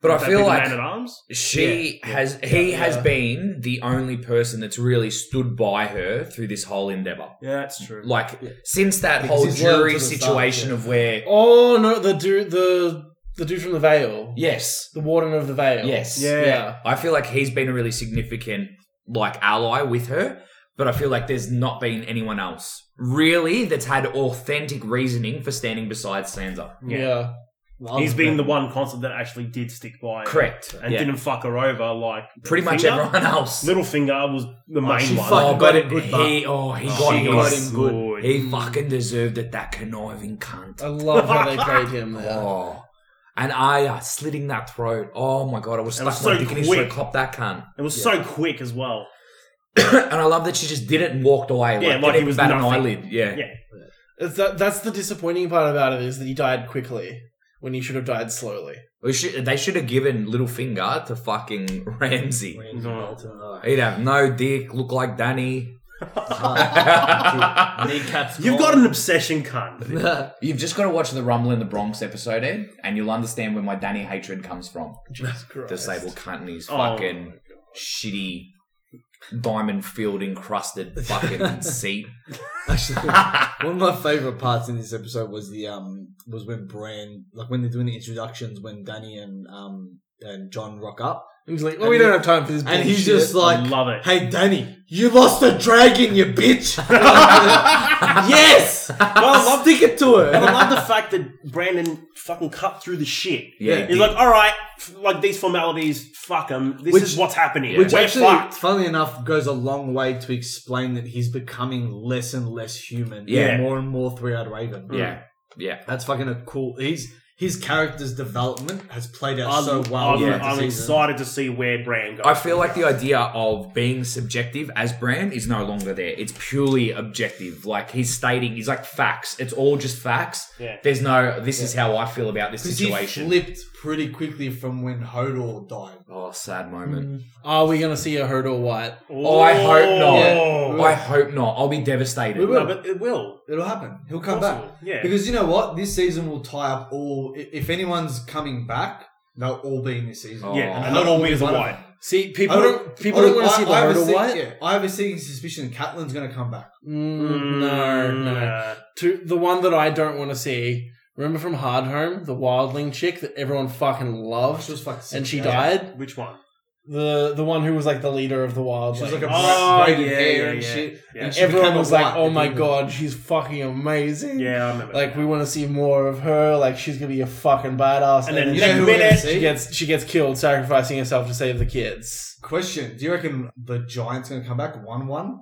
A: but I
B: that
A: feel
B: big
A: like
B: man at arms.
A: she
C: Yeah, yeah,
A: has he
D: yeah.
A: has been the only person that's really stood by her through this whole endeavor.
B: Yeah, that's true.
A: Like
C: Yeah.
A: since that
C: Because
A: whole
C: he's loyal to
A: jury
C: the
A: situation
C: Stark,
A: of where
D: Oh no, the dude, the the dude from the Vale,
A: yes,
D: the warden of the Vale.
A: yes,
B: Yeah.
D: Yeah.
A: I feel like he's been a really significant like ally with her, but I feel like there's not been anyone else really that's had authentic reasoning for standing beside Sansa.
D: Yeah.
C: Love
B: He's been
C: that.
B: the one constant that actually did stick by, her
A: Correct.
B: and
A: yeah.
B: didn't fuck her over like
A: Pretty much
B: Littlefinger.
A: everyone else.
B: Littlefinger was the main
C: she
B: one.
C: fucked
A: Oh,
C: Fucking
A: but
C: got him good,
A: he, oh, he got,
B: She
A: him.
B: got
A: good.
B: him good.
A: He fucking deserved it, that conniving cunt.
D: I
B: Oh,
D: love how they played him there.
A: Oh. And Aya slitting that throat. Oh my god, I was
B: It
A: stuck
B: was
A: my
B: so
A: dick in his
B: quick.
A: throat, clop that cunt.
B: It was so quick as well.
A: and I love that she just did it and walked away.
B: Yeah,
A: like,
B: like
A: didn't
B: he was
A: bat an
B: nothing.
A: eyelid. Yeah.
B: Yeah.
D: It's that, that's the disappointing part about it is that he died quickly when he should have died slowly.
A: We should, they should have given little finger to fucking Ramsey.
C: Ramsay
B: No.
C: Bolton, oh,
A: He'd have no dick, look like Danny.
C: hard. Kneecaps
B: You've got an obsession, cunt.
C: an
A: You've just got to watch the Rumble in the Bronx episode, Ed, and you'll understand where my Danny hatred comes from.
D: Jesus Christ.
A: The sable cunt and his
B: Oh.
A: fucking shitty diamond field encrusted fucking seat.
C: Actually, one of my favorite parts in this episode was the um was when Bran like when they're doing the introductions when Danny and um and John rock up
D: And he's like, oh,
C: And
D: we
C: he-
D: don't have time for this.
C: and he's
D: bullshit."
C: just like
B: love it.
C: Hey Danny, you lost the dragon, you bitch. yes. Well, I'll stick it to
B: And I
C: her.
B: love the fact that Brandon fucking cut through the shit.
A: Yeah, he-
B: He's like, all right, f- like these formalities, fuck them. This
C: Which-
B: is what's happening.
C: Which
B: We're
C: actually,
B: fucked.
C: funnily enough, goes a long way to explain that he's becoming less and less human.
A: Yeah.
C: more and more three-eyed raven.
A: yeah, yeah.
C: That's fucking a cool. He's his character's development has played out
B: I'm,
C: so well.
B: I'm,
C: throughout the
B: I'm
C: season.
B: excited to see where Brand goes.
A: I feel like the idea of being subjective as brand is no longer there. It's purely objective. Like he's stating, he's like facts. It's all just facts.
B: Yeah.
A: There's no. This is how I feel about this
C: 'Cause he
A: situation.
C: flipped pretty quickly from when Hodor died.
A: Oh, sad moment.
D: Mm. Are we going to see a hurdle white?
A: Oh, I hope not.
B: Oh.
A: I hope not. I'll be devastated.
C: Mm. We will.
B: No, but it will.
C: It'll happen. He'll
B: Of
C: come
B: course
C: back.
B: it will. Yeah.
C: Because you know what? This season will tie up all. i- If anyone's coming back, They'll all be in this season.
A: Oh.
B: Yeah,
A: I
B: and not all beaters are
C: don't-
B: white.
D: See, people don't, people don't, want to see
C: I have a
D: Laruto
C: sneak-
D: white.
C: yeah, I have a sneaking suspicion Catlin's going to come back.
D: Mm, no, no.
B: Nah.
D: To the one that I don't want to see. Remember from Hard Home, the wildling chick that everyone fucking
C: She
D: loved,
C: was fucking sick.
D: Oh. and she
C: Yeah.
D: died.
B: Which one?
D: The the one who was like the leader of the wildling.
C: She was like a
B: Oh,
C: braided
B: yeah,
C: hair
B: yeah,
C: and
B: yeah.
C: shit.
B: Yeah.
C: And she
D: everyone
C: became a
D: was like,
C: white
D: "Oh my
C: at the end.
D: god, she's fucking amazing."
B: Yeah, I remember.
D: Like we want to see more of her. Like she's gonna be a fucking badass.
B: And then
C: You
B: Next
C: know who we're going to
B: minute,
D: she
C: see?
D: gets she gets killed, sacrificing herself to save the kids.
C: Question: Do you reckon the Giants going to come back one-one?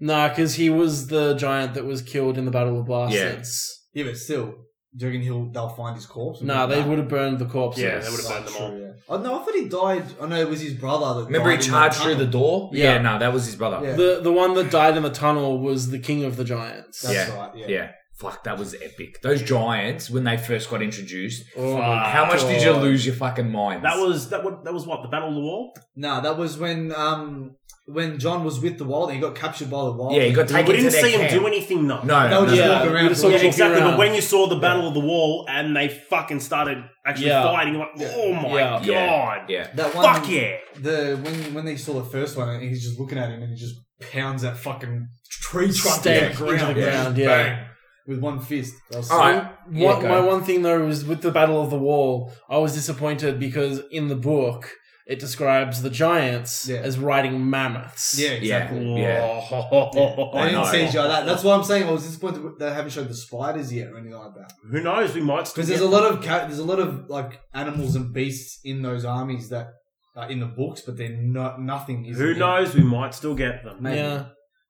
D: No, because he was the giant that was killed in the Battle of Bastards.
C: Yeah, but still, do you reckon he'll they'll find his corpse? and
D: No,
C: bring
D: they
C: it back?
D: would have burned the corpses.
B: Yeah, they would have burned
C: That's
B: them
C: true,
B: all.
C: yeah. Oh no, I thought he died. I know it was his brother that
A: Remember he
C: died in
A: charged through
C: tunnel.
A: the door?
D: Yeah.
A: Yeah. no, that was his brother.
C: Yeah.
D: The the one that died in the tunnel was the king of the giants.
C: That's
A: Yeah.
C: right.
A: Yeah.
C: Yeah.
A: Fuck, that was epic. Those giants, when they first got introduced,
D: Oh
C: Ah,
B: Fuck.
A: how much did you
D: God.
A: lose your fucking minds?
B: that was that. What that was? What the Battle of the Wall?
C: No, that was when um when John was with the wild. He got captured by the wild.
A: Yeah, he got
B: We
A: taken to
B: didn't
A: their
B: see him
A: camp.
B: do anything though.
A: No,
C: That
A: no,
C: was
A: no.
C: just
D: Yeah.
C: walk
D: You
C: around.
D: just saw
B: Yeah,
D: Walking
B: exactly.
D: around.
B: But when you saw the Battle of the Wall and they fucking started actually
D: Yeah.
B: fighting, like, oh my
D: Yeah.
B: god,
A: Yeah. yeah.
C: that one.
B: fuck yeah!
C: The when when they saw the first one, and he's just looking at him, and he just pounds that fucking tree trunk
D: Stake
C: into the ground,
D: into the
C: yeah.
D: ground,
C: Just
D: yeah.
C: bang, with one fist. That was
A: All
C: sick.
A: right. Yeah,
D: One-
A: go.
D: my one thing though was with the Battle of the Wall, I was disappointed because in the book it describes the giants
C: Yeah.
D: as riding mammoths.
C: Yeah, exactly.
A: Yeah.
C: I
B: Oh.
A: I
C: didn't
A: know.
C: CGI that. That's why I'm saying I was disappointed they haven't showed the spiders yet or anything like that.
B: Who knows? We might still
C: Because there's
B: get
C: a lot of ca- there's a lot of like animals and beasts in those armies that are in the books, but they're not nothing. Is
B: Who
C: in-
B: knows? We might still get them.
C: Maybe.
D: Yeah.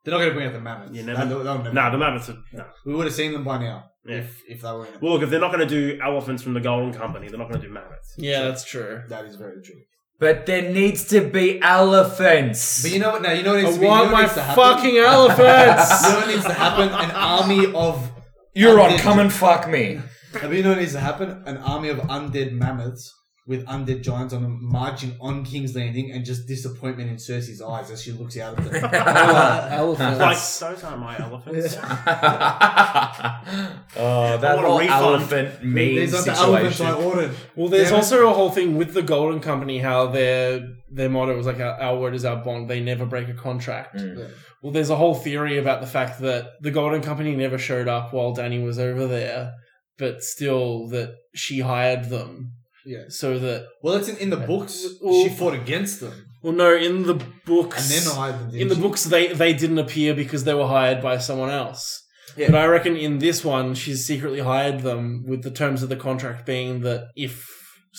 C: They're not going to bring out the mammoths.
B: You
C: You
B: never-
C: never. That, never
B: Nah, the mammoths. Are, nah.
C: We would have seen them by now
B: Yeah.
C: if if they were. In it.
B: Well, look, if they're not going to do elephants from the Golden Company, they're not going to do mammoths.
D: Yeah, that's true.
C: that is very true.
A: But there needs to be elephants.
C: But you know what? Now you know what
D: Uh, I
C: needs to be. you
D: want
C: know what
D: my
C: needs to happen?
D: fucking
C: You know
D: elephants.
C: what needs to happen? An army of.
A: You're
C: undead-
A: on, come and fuck me.
C: I mean, you know what needs to happen? An army of undead mammoths with undead giants on them marching on King's Landing and just disappointment in Cersei's eyes as she looks out of them.
D: Uh, elephants.
B: Like those aren't my elephants.
A: oh,
B: I
A: that
B: want a
A: whole
B: refund.
A: elephant meme
C: These are the elephants I
A: situation.
C: ordered.
D: Well, there's
C: Damn it.
D: also a whole thing with the Golden Company how their their motto was like our, our word is our bond. They never break a contract.
A: Mm.
C: Yeah.
D: Well, there's a whole theory about the fact that the Golden Company never showed up while Danny was over there, but still that she hired them
C: Yeah.
D: so that
C: Well, it's in, in the books.
D: Well-
C: she fought against them,
D: well, no, in the
C: and
D: books,
C: then hired them. didn't
D: in the
C: she?
D: books they they didn't appear because they were hired by someone else.
C: Yeah.
D: But I reckon in this one, she's secretly hired them with the terms of the contract being that if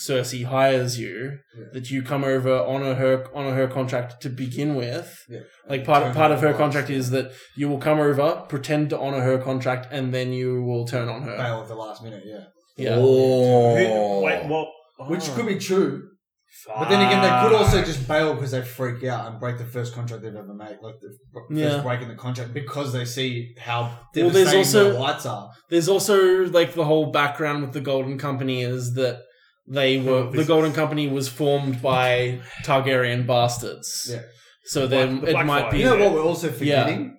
D: Cersei hires you,
C: Yeah.
D: that you come over honor her honor her contract to begin with.
C: Yeah.
D: Like part
C: Turn
D: part of
C: her
D: her
C: lies.
D: contract is that you will come over, pretend to honor her contract, and then you will turn on her.
C: bail at the last minute. Yeah,
D: Yeah.
A: Oh.
B: Who, wait, well,
C: which
B: oh,
C: could be true, but then again, they could
D: Ah.
C: also
B: fuck.
C: just bail because they freak out and break the first contract they've ever made, like the first
D: Yeah.
C: breaking the contract because they see how
D: Well, there's
C: devastating
D: also-
C: the lights are.
D: There's also like the whole background with the Golden Company is that they were
B: Oh,
D: the
B: this-
D: Golden Company was formed by Targaryen bastards.
C: Yeah.
D: So
B: The
D: then
B: Black- the
D: it
B: Blackfyre.
D: might be
C: You know what? We're also
D: Yeah.
C: forgetting.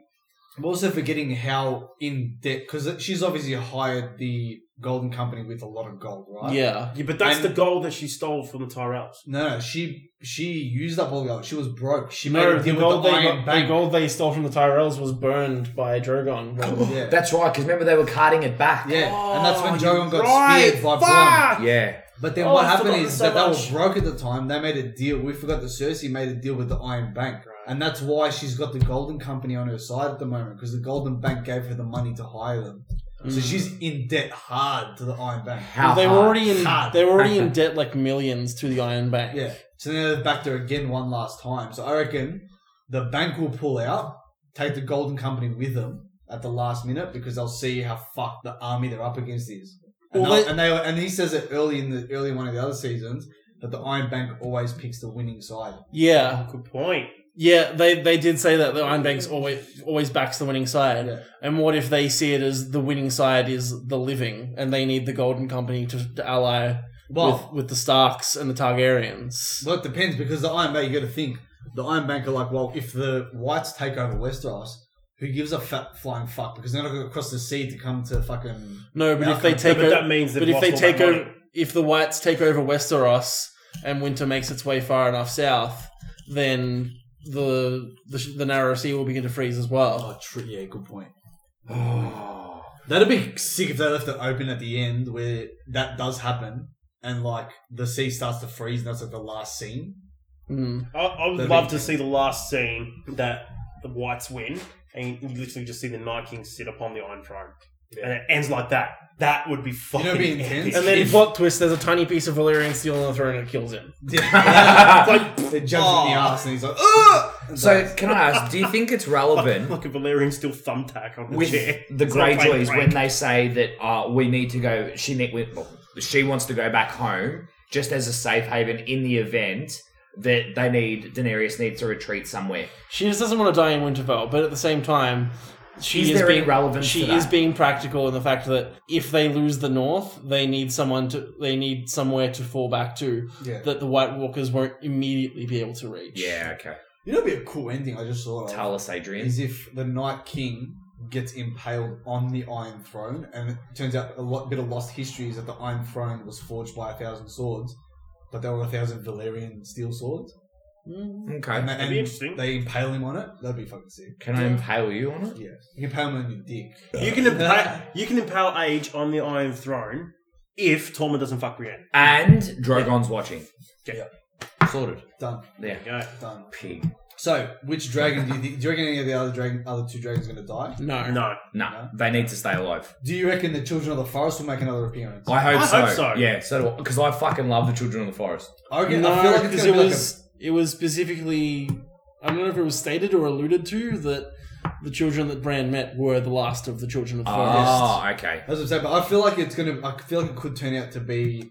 C: We're also forgetting how in debt because she's obviously hired the Golden Company with a lot of gold, right?
D: Yeah.
B: Yeah, but that's
C: And-
B: the gold that she stole from the Tyrells.
C: No, no, she she used up all the gold. She was broke. She made
D: No,
C: a
D: the
C: deal with
D: gold,
C: the
D: they
C: Iron
D: got, the
C: Bank.
D: gold they stole from the Tyrells was burned by Drogon.
C: Yeah.
A: That's right, because remember they were carting it back.
C: Yeah, and that's when
B: Oh,
C: Drogon got
B: you're right.
C: speared by Bronn.
B: Fuck!
A: Yeah.
C: But then
B: Oh,
C: what
B: I
C: happened
B: forgot
C: is
B: so
C: that they
B: much.
C: were broke at the time. They made a deal. We forgot that Cersei made a deal with the Iron Bank,
B: Right.
C: and that's why she's got the Golden Company on her side at the moment because the Golden Bank gave her the money to hire them.
B: Mm.
C: So she's in debt hard to the Iron Bank.
A: How
D: they were
A: hard?
D: already in
C: hard.
D: they were already in debt like millions to the Iron Bank.
C: Yeah. So now they've backed her again one last time. So I reckon the bank will pull out, take the Golden Company with them at the last minute because they'll see how fucked the army they're up against is. And,
D: Well,
C: they'll-
D: they-
C: and they and he says it early in the early in one of the other seasons that the Iron Bank always picks the winning side.
D: Yeah.
B: Good point.
D: Yeah, they they did say that the Iron Bank's always always backs the winning side.
C: Yeah.
D: And what if they see it as the winning side is the living and they need the Golden Company to, to ally
C: Well,
D: with, with the Starks and the Targaryens?
C: well, it depends because the Iron Bank. You got to think the Iron Bank are like, well, if the Whites take over Westeros, who gives a fat flying fuck? Because they're not going to cross the sea to come to fucking.
D: No, but
C: Yeah,
D: if they
C: okay.
D: take
B: but
D: over
B: that means they've
D: but if
B: lost
D: they
B: all
D: take
B: that
D: over
B: money.
D: if the Whites take over Westeros and winter makes its way far enough south, then the the, sh- the narrow sea will begin to freeze as well.
C: Oh, true. Yeah, good point.
A: Oh.
C: That'd be sick if they left it open at the end where that does happen, and like the sea starts to freeze, and that's like the last scene.
D: Hmm.
B: I, I would
C: That'd
B: love
C: be-
B: to see the last scene that the Whites win, and you literally just see the Night King sit upon the Iron Throne, and it ends like that. That would be
C: know,
B: fucking
C: it'd be
B: epic.
C: intense.
D: And then
C: If-
D: plot twist: there's a tiny piece of Valyrian steel on the throne and it kills him.
C: Yeah.
B: like
C: it jumps in
D: Oh.
C: the ass, and he's like, "Ugh!" And
A: So, can I ask, do you think it's relevant
B: like a Valerian steel thumbtack on the
A: with
B: chair.
A: the
B: It's not like
A: Greyjoys
B: break.
A: when they say that uh, we need to go? She need, we- well, she wants to go back home just as a safe haven in the event that they need Daenerys needs to retreat somewhere.
D: She just doesn't want to die in Winterfell, but at the same time, she
A: Is
D: is,
A: there any
D: being
A: relevance to
D: She
A: that?
D: is being practical in the fact that if they lose the North, they need someone to they need somewhere to fall back to
C: Yeah.
D: that the White Walkers won't immediately be able to reach.
A: Yeah, okay.
C: You know, it'd be a cool ending. I just thought. of?
A: Tell us, Adrian.
C: is if the Night King gets impaled on the Iron Throne, and it turns out a lot, bit of lost history is that the Iron Throne was forged by a thousand swords, but there were a thousand Valyrian steel swords,
D: Mm.
A: Okay.
B: That'd
C: and, they,
B: be
C: and
B: interesting.
C: they impale him on it. That'd be fucking sick.
A: Can I impale you on it?
C: Yeah, you impale him on your dick.
B: you can impale, you can impale Age on the Iron Throne if Tormund doesn't fuck Brienne.
A: And Drogon's watching.
B: Yeah.
A: Sorted.
C: Done,
A: There.
B: There you
C: done.
A: Pig.
C: So, which dragon do you think? Do you reckon any of the other dragon, other two dragons, are going to die?
D: No.
B: go. No.
A: Nah,
C: No.
A: they need to stay alive.
C: Do you reckon the Children of the Forest will make another appearance?
A: I hope
B: I
A: so.
B: hope so.
A: Yeah, so because I fucking love the Children of the Forest.
C: I, reckon, I feel
D: No,
C: like it's
D: because
C: going to
D: it
C: be
D: was it was specifically I don't know if it was stated or alluded to that the children that Bran met were the last of the children of the
C: Ah,
D: forest.
A: Oh, okay.
C: That's what I'm saying, but I feel like it's gonna. I feel like it could turn out to be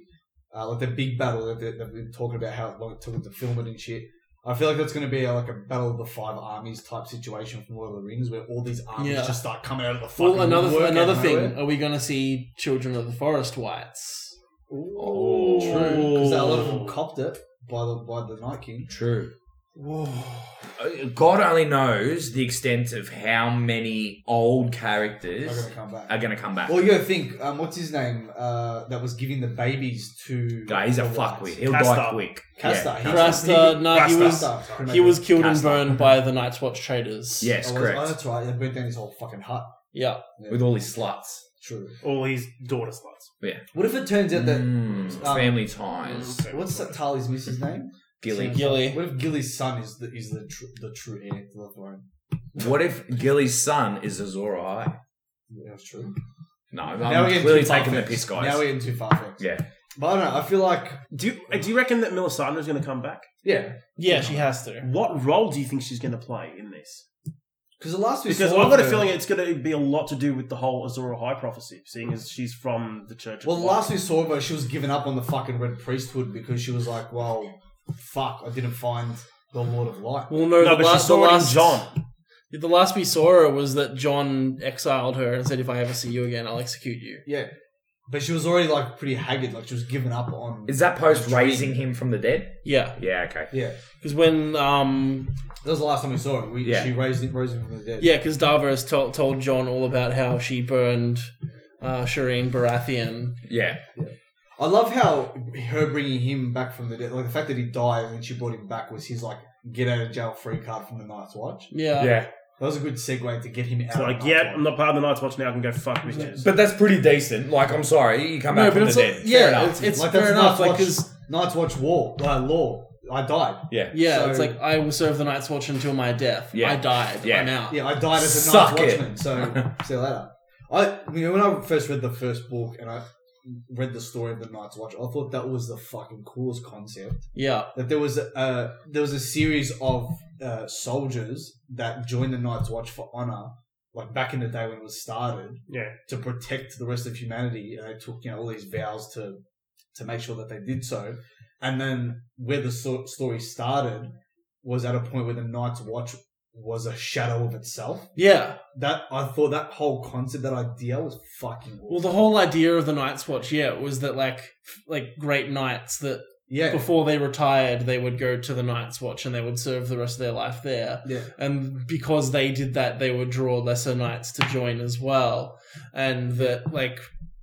C: uh, like the big battle that they- they've been talking about how long it took them to film it and shit. I feel like that's gonna be uh, like a battle of the five armies type situation from Lord of the Rings, where all these armies
D: Yeah.
C: just start coming out of the fucking.
D: Well, another
C: woodwork
D: another
C: out of
D: thing:
C: nowhere.
D: are we going to see children of the forest whites?
A: Oh,
C: True, because a lot of them copped it by the by the Night King.
A: True. Uh, God only knows the extent of how many old
C: They're
A: characters
C: gonna come back.
A: are going to come back.
C: Well, you gotta think. Um, what's his name? Uh, that was giving the babies to.
A: Guy, he's a
C: the whites.
A: fuckwit. He'll
B: Castor.
A: die quick.
C: Castor.
A: Yeah.
C: He-
D: Rasta, no, he
B: Rasta.
D: was
C: Castor.
D: he was killed and
A: Castor.
D: burned by the Night's Watch traders.
A: Yes,
C: Oh, was- Oh,
A: correct.
C: that's right. They burnt down his whole fucking hut.
D: yeah.
C: Yeah.
A: With all his sluts.
C: True.
B: All his daughter sluts.
C: What if it turns out that
A: Mm,
C: um,
A: family ties.
C: what's that Tali's missus name?
A: Gilly.
D: Gilly.
C: What if Gilly's son is the is the tr- the true heir to the throne?
A: What if Gilly's son is Azor Ahai?
C: Yeah, that's true.
A: No,
C: now we're
A: I'm
C: getting
A: clearly
C: too
A: taking the
C: far-fetched.
A: piss, guys.
C: Now we're getting too far fetched.
A: yeah.
C: But I don't know. I feel like
B: Do you, uh, do you reckon that Melisandre is going to come back?
C: yeah,
D: Yeah, she has to.
B: What role do you think she's going to play in this?
C: because the last we
B: Because
C: saw
B: I've got a
C: her-
B: feeling it's going to be a lot to do with the whole Azor High prophecy, seeing as she's from the Church. Of
C: Well, the
B: Fire.
C: last we saw of her, she was giving up on the fucking Red Priesthood because she was like, "Well, fuck, I didn't find the Lord of Light."
D: Well, no,
B: no,
D: the,
B: but she
D: last, the
B: saw it in
D: last
B: John.
D: The last we saw her was that John exiled her and said, "If I ever see you again, I'll execute you."
C: Yeah, but she was already like pretty haggard, like she was giving up on.
A: Is that post raising him from the dead?
D: Yeah,
A: Yeah, okay.
C: yeah,
D: because when um
C: that was the last time we saw her. We,
A: Yeah.
C: She raised him, raised him from the dead.
D: yeah, because Davos told told John all about how she burned uh, Shireen Baratheon.
A: Yeah.
C: I love how her bringing him back from the dead, like the fact that he died and she brought him back was his like get out of jail free card from the Night's Watch.
D: Yeah,
A: yeah.
C: That was a good segue to get him out.
B: It's like,
C: of Night's
B: yeah,
C: Watch.
B: I'm not part of the Night's Watch now. I can go fuck bitches.
A: But that's pretty decent. Like, I'm sorry, you come
D: No,
A: back
D: but
A: from the
D: it's
A: dead.
D: like-
A: Fair
D: yeah,
A: enough.
D: it's, it's
C: Like, that's
D: fair enough.
C: Night's
D: Like,
C: Watch.
D: 'cause-
C: Night's Watch war uh, law. I died.
A: yeah.
D: yeah,
C: So-
D: it's like I will serve the Night's Watch until my death.
A: Yeah.
D: I died.
A: Yeah.
D: I'm out.
C: Yeah, I died as a
A: Suck
C: Night's
A: it.
C: Watchman. So see you later. I, I mean, when I first read the first book and I read the story of the Night's Watch, I thought that was the fucking coolest concept.
D: yeah.
C: that there was a there was a series of uh, soldiers that joined the Night's Watch for honor, like back in the day when it was started,
B: Yeah.
C: to protect the rest of humanity, and they took you know all these vows to to make sure that they did so. And then where the so- story started was at a point where the Night's Watch was a shadow of itself.
D: yeah.
C: That I thought that whole concept, that idea was fucking
D: Well,
C: awesome.
D: the whole idea of the Night's Watch, yeah, was that like f- like great knights that
C: yeah,
D: before they retired, they would go to the Night's Watch and they would serve the rest of their life there.
C: yeah.
D: And because they did that, they would draw lesser knights to join as well, and that like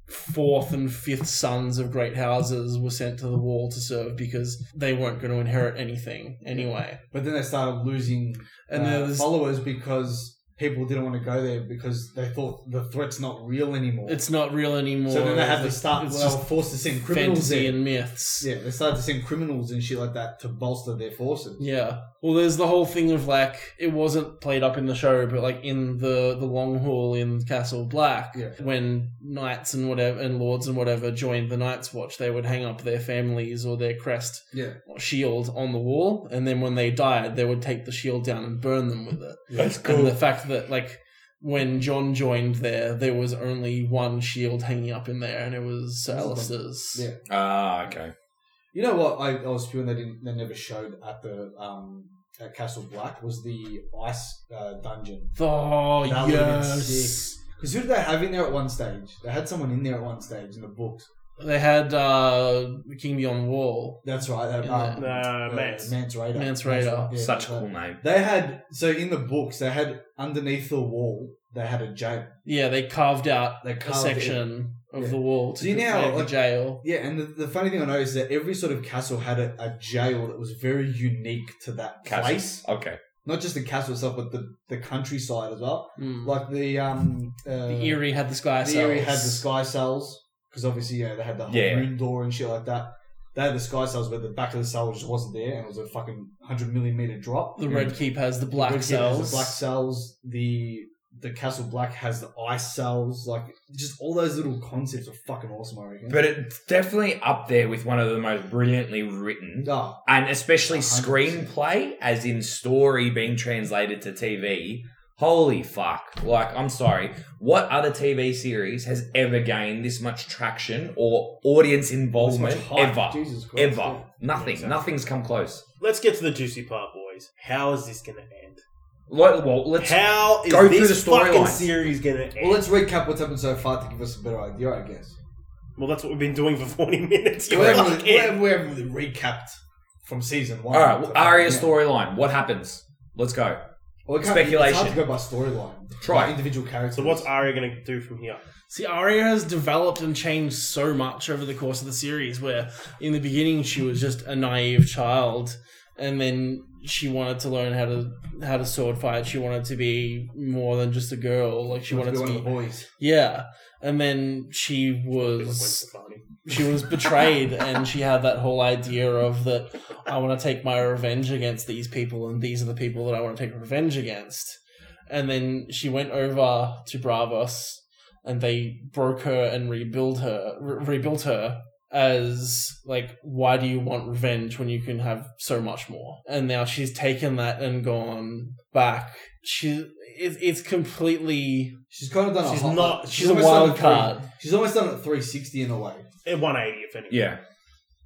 D: fourth and fifth sons of great houses were sent to the wall to serve because they weren't going to inherit anything anyway.
C: But then they started losing
D: And
C: uh,
D: there's
C: followers because people didn't want to go there because they thought the threat's not real anymore.
D: it's not real anymore.
C: so then they had to
D: It's-
C: start.
D: It's
C: Well, they
D: just
C: were forced to send criminals
D: fantasy
C: in.
D: and myths.
C: Yeah, they started to send criminals and shit like that to bolster their forces.
D: Yeah. Well, there's the whole thing of like it wasn't played up in the show, but like in the the long haul in Castle Black,
C: Yeah.
D: when knights and whatever and lords and whatever joined the Knights Watch, they would hang up their families or their crest
C: Yeah.
D: or shield on the wall, and then when they died, they would take the shield down and burn them with it.
B: That's
D: And the fact that like when John joined there, there was only one shield hanging up in there, and it was Sir
C: It was
D: Alistair's.
C: Yeah.
A: Ah, okay.
C: You know what? I, I was feeling they didn't. They never showed at the um, at Castle Black was the ice uh, dungeon.
D: Oh
C: That would've been
D: yes.
C: sick. Because who did they have in there at one stage? They had someone in there at one stage in the books.
D: They had uh, King Beyond the Wall.
C: That's right. That,
D: Yeah.
C: um,
B: Uh, Mance.
C: Mance Raider.
D: Mance Raider.
A: Such
C: Yeah,
A: a
C: that's right.
A: cool name.
C: They had so in the books they had underneath the wall they had a jail.
D: Yeah, they carved out
C: They
D: a
C: carved it.
D: section of
C: Yeah.
D: the wall to
C: So you now,
D: create the
C: like-
D: jail.
C: Yeah, and the, the funny thing I know is that every sort of castle had a, a jail that was very unique to that
A: Castle.
C: place.
A: Okay.
C: Not just the castle itself, but the, the countryside as well.
D: Mm.
C: Like the um uh,
D: the Erie had the sky
C: Hmm. the Erie had the
D: cells.
C: sky cells because obviously yeah they had the whole
A: Yeah.
C: moon door and shit like that. They had the sky cells, but the back of the cell just wasn't there, and it was a fucking hundred millimeter drop.
D: The Red Keep has the black
C: Red Keep has
D: cells.
C: Hmm. the black cells. The the Castle Black has the ice cells. Like just all those little concepts are fucking awesome. I reckon.
A: But it's definitely up there with one of the most brilliantly written,
C: Ah,
A: and especially
C: 100%.
A: screenplay, as in story being translated to TV. Holy fuck. Like, I'm sorry. What other TV series has ever gained this much traction or audience
C: that's much
A: involvement
C: hype.
A: ever?
C: Jesus Christ,
A: Ever.
C: yeah.
A: Nothing.
B: Yeah, exactly.
A: Nothing's come close.
B: Let's get to the juicy part, boys. How is this going to end?
A: Like, well, let's.
B: How is
A: go through
B: this
A: the storylines.
B: fucking series going to end?
C: Well, let's recap what's happened so far to give us a better idea, I guess.
B: Well, that's what we've been doing for 40 minutes.
C: We
B: You're
C: haven't
B: like,
C: really- we
B: yeah.
C: haven't- we haven't really recapped from season one.
A: All right, well,
C: So,
A: Arya
C: yeah.
A: storyline. What happens? Let's go.
C: Well, it can't- It's hard
A: speculation.
C: to go by storyline.
A: Try.
C: By individual characters.
B: So, what's Arya going to do from here?
D: See, Arya has developed and changed so much over the course of the series. Where in the beginning she was just a naive child, and then she wanted to learn how to how to sword fight. She wanted to be more than just a girl. Like she
C: You want
D: wanted to
C: one of the
D: be,
C: boys?
D: yeah. And then she
B: Like, Gwen
D: was
B: Stefani.
D: she was betrayed and she had that whole idea of that i want to take my revenge against these people and these are the people that i want to take revenge against and then she went over to bravos and they broke her and rebuilt her re- rebuilt her as like why do you want revenge when you can have so much more and now she's taken that and gone back she it, it's completely
C: She's kind of done
B: She's
C: a hot-
B: not-
D: she's a
C: almost done
D: wild
C: three-
D: card
C: she's almost done a 360 in a way.
B: At 180, if anything.
A: Yeah.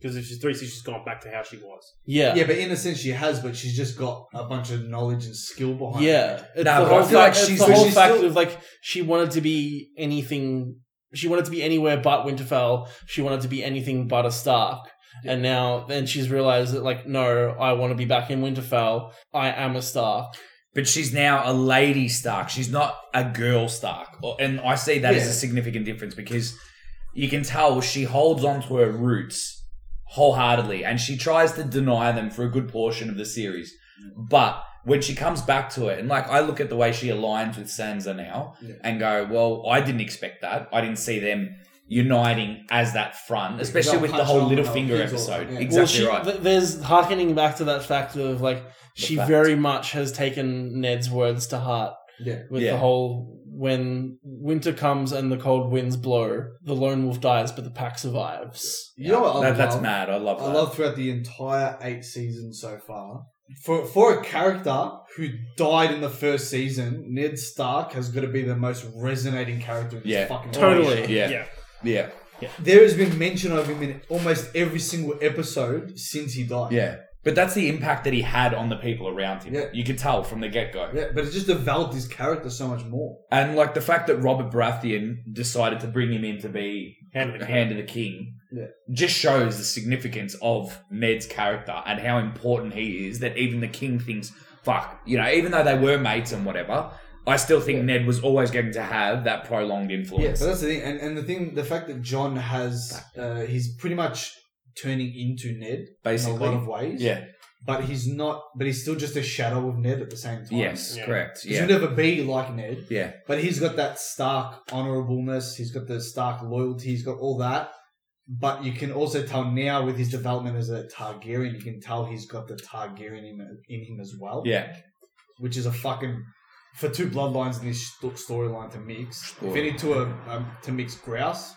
B: Because if she's 360, she's gone back to how she was.
D: yeah
C: Yeah, but in a sense she has, but she's just got a bunch of knowledge and skill behind
D: Yeah,
C: her.
D: it's
A: Nah,
D: the
A: but I
D: whole,
A: feel like
D: fact, it's
A: she's-
D: the
A: but
D: whole
C: she's
D: fact
C: still-
D: of like she wanted to be anything. She wanted to be anywhere but Winterfell. She wanted to be anything but a Stark. And now, then she's realized that like, no, I want to be back in Winterfell. I am a Stark.
A: But she's now a lady Stark. She's not a girl Stark. Or- And I see that as
C: Yeah.
A: a significant difference because you can tell she holds on to her roots wholeheartedly and she tries to deny them for a good portion of the series. But when she comes back to it, and like I look at the way she aligns with Sansa now
C: Yeah.
A: and go, well, I didn't expect that. I didn't see them uniting as that front, especially
C: they'll
A: with the
C: punch
A: whole
C: on,
A: Little
C: they'll
A: Finger
C: kick off,
A: episode.
C: yeah.
A: Exactly
D: she,
A: right.
D: th- there's harkening back to that fact of like she
A: fact.
D: very much has taken Ned's words to heart.
C: Yeah.
D: with
A: Yeah.
D: the whole when winter comes and the cold winds blow, the lone wolf dies, but the pack survives.
C: You know what I
A: That- that's
C: love?
A: mad. I love that.
C: I love throughout the entire eight seasons so far. For for a character who died in the first season, Ned Stark has got to be the most resonating character in this
A: Yeah,
C: fucking
D: totally.
C: world.
A: yeah.
B: Yeah.
A: Yeah.
C: There has been mention of him in almost every single episode since he died.
A: Yeah. But that's the impact that he had on the people around him.
C: Yeah.
A: You could tell from the get go.
C: Yeah, but it just developed his character so much more.
A: And like the fact that Robert Baratheon decided to bring him in to be
B: Hand of
A: the
B: the
A: Hand of the King
C: Yeah.
A: just shows the significance of Ned's character and how important he is that even the King thinks, fuck, you know, even though they were mates and whatever, I still think
C: Yeah.
A: Ned was always going to have that prolonged
C: Yeah,
A: influence.
C: but that's the thing, and, and the thing, the fact that John has, uh, he's pretty much turning into Ned in a
A: basically,
C: lot of ways.
A: yeah,
C: but he's not. But he's still just a shadow of Ned at the same time.
A: yes,
B: Yeah.
A: correct,
C: he will
A: yeah,
C: never be like Ned,
A: yeah,
C: but he's got that stark honorableness. He's got the stark loyalty. He's got all that. But you can also tell now with his development as a Targaryen, you can tell he's got the Targaryen in, in him as well.
A: yeah.
C: which is a fucking for two bloodlines in this sto- storyline to mix.
A: Sure.
C: If any two are um, to mix grouse,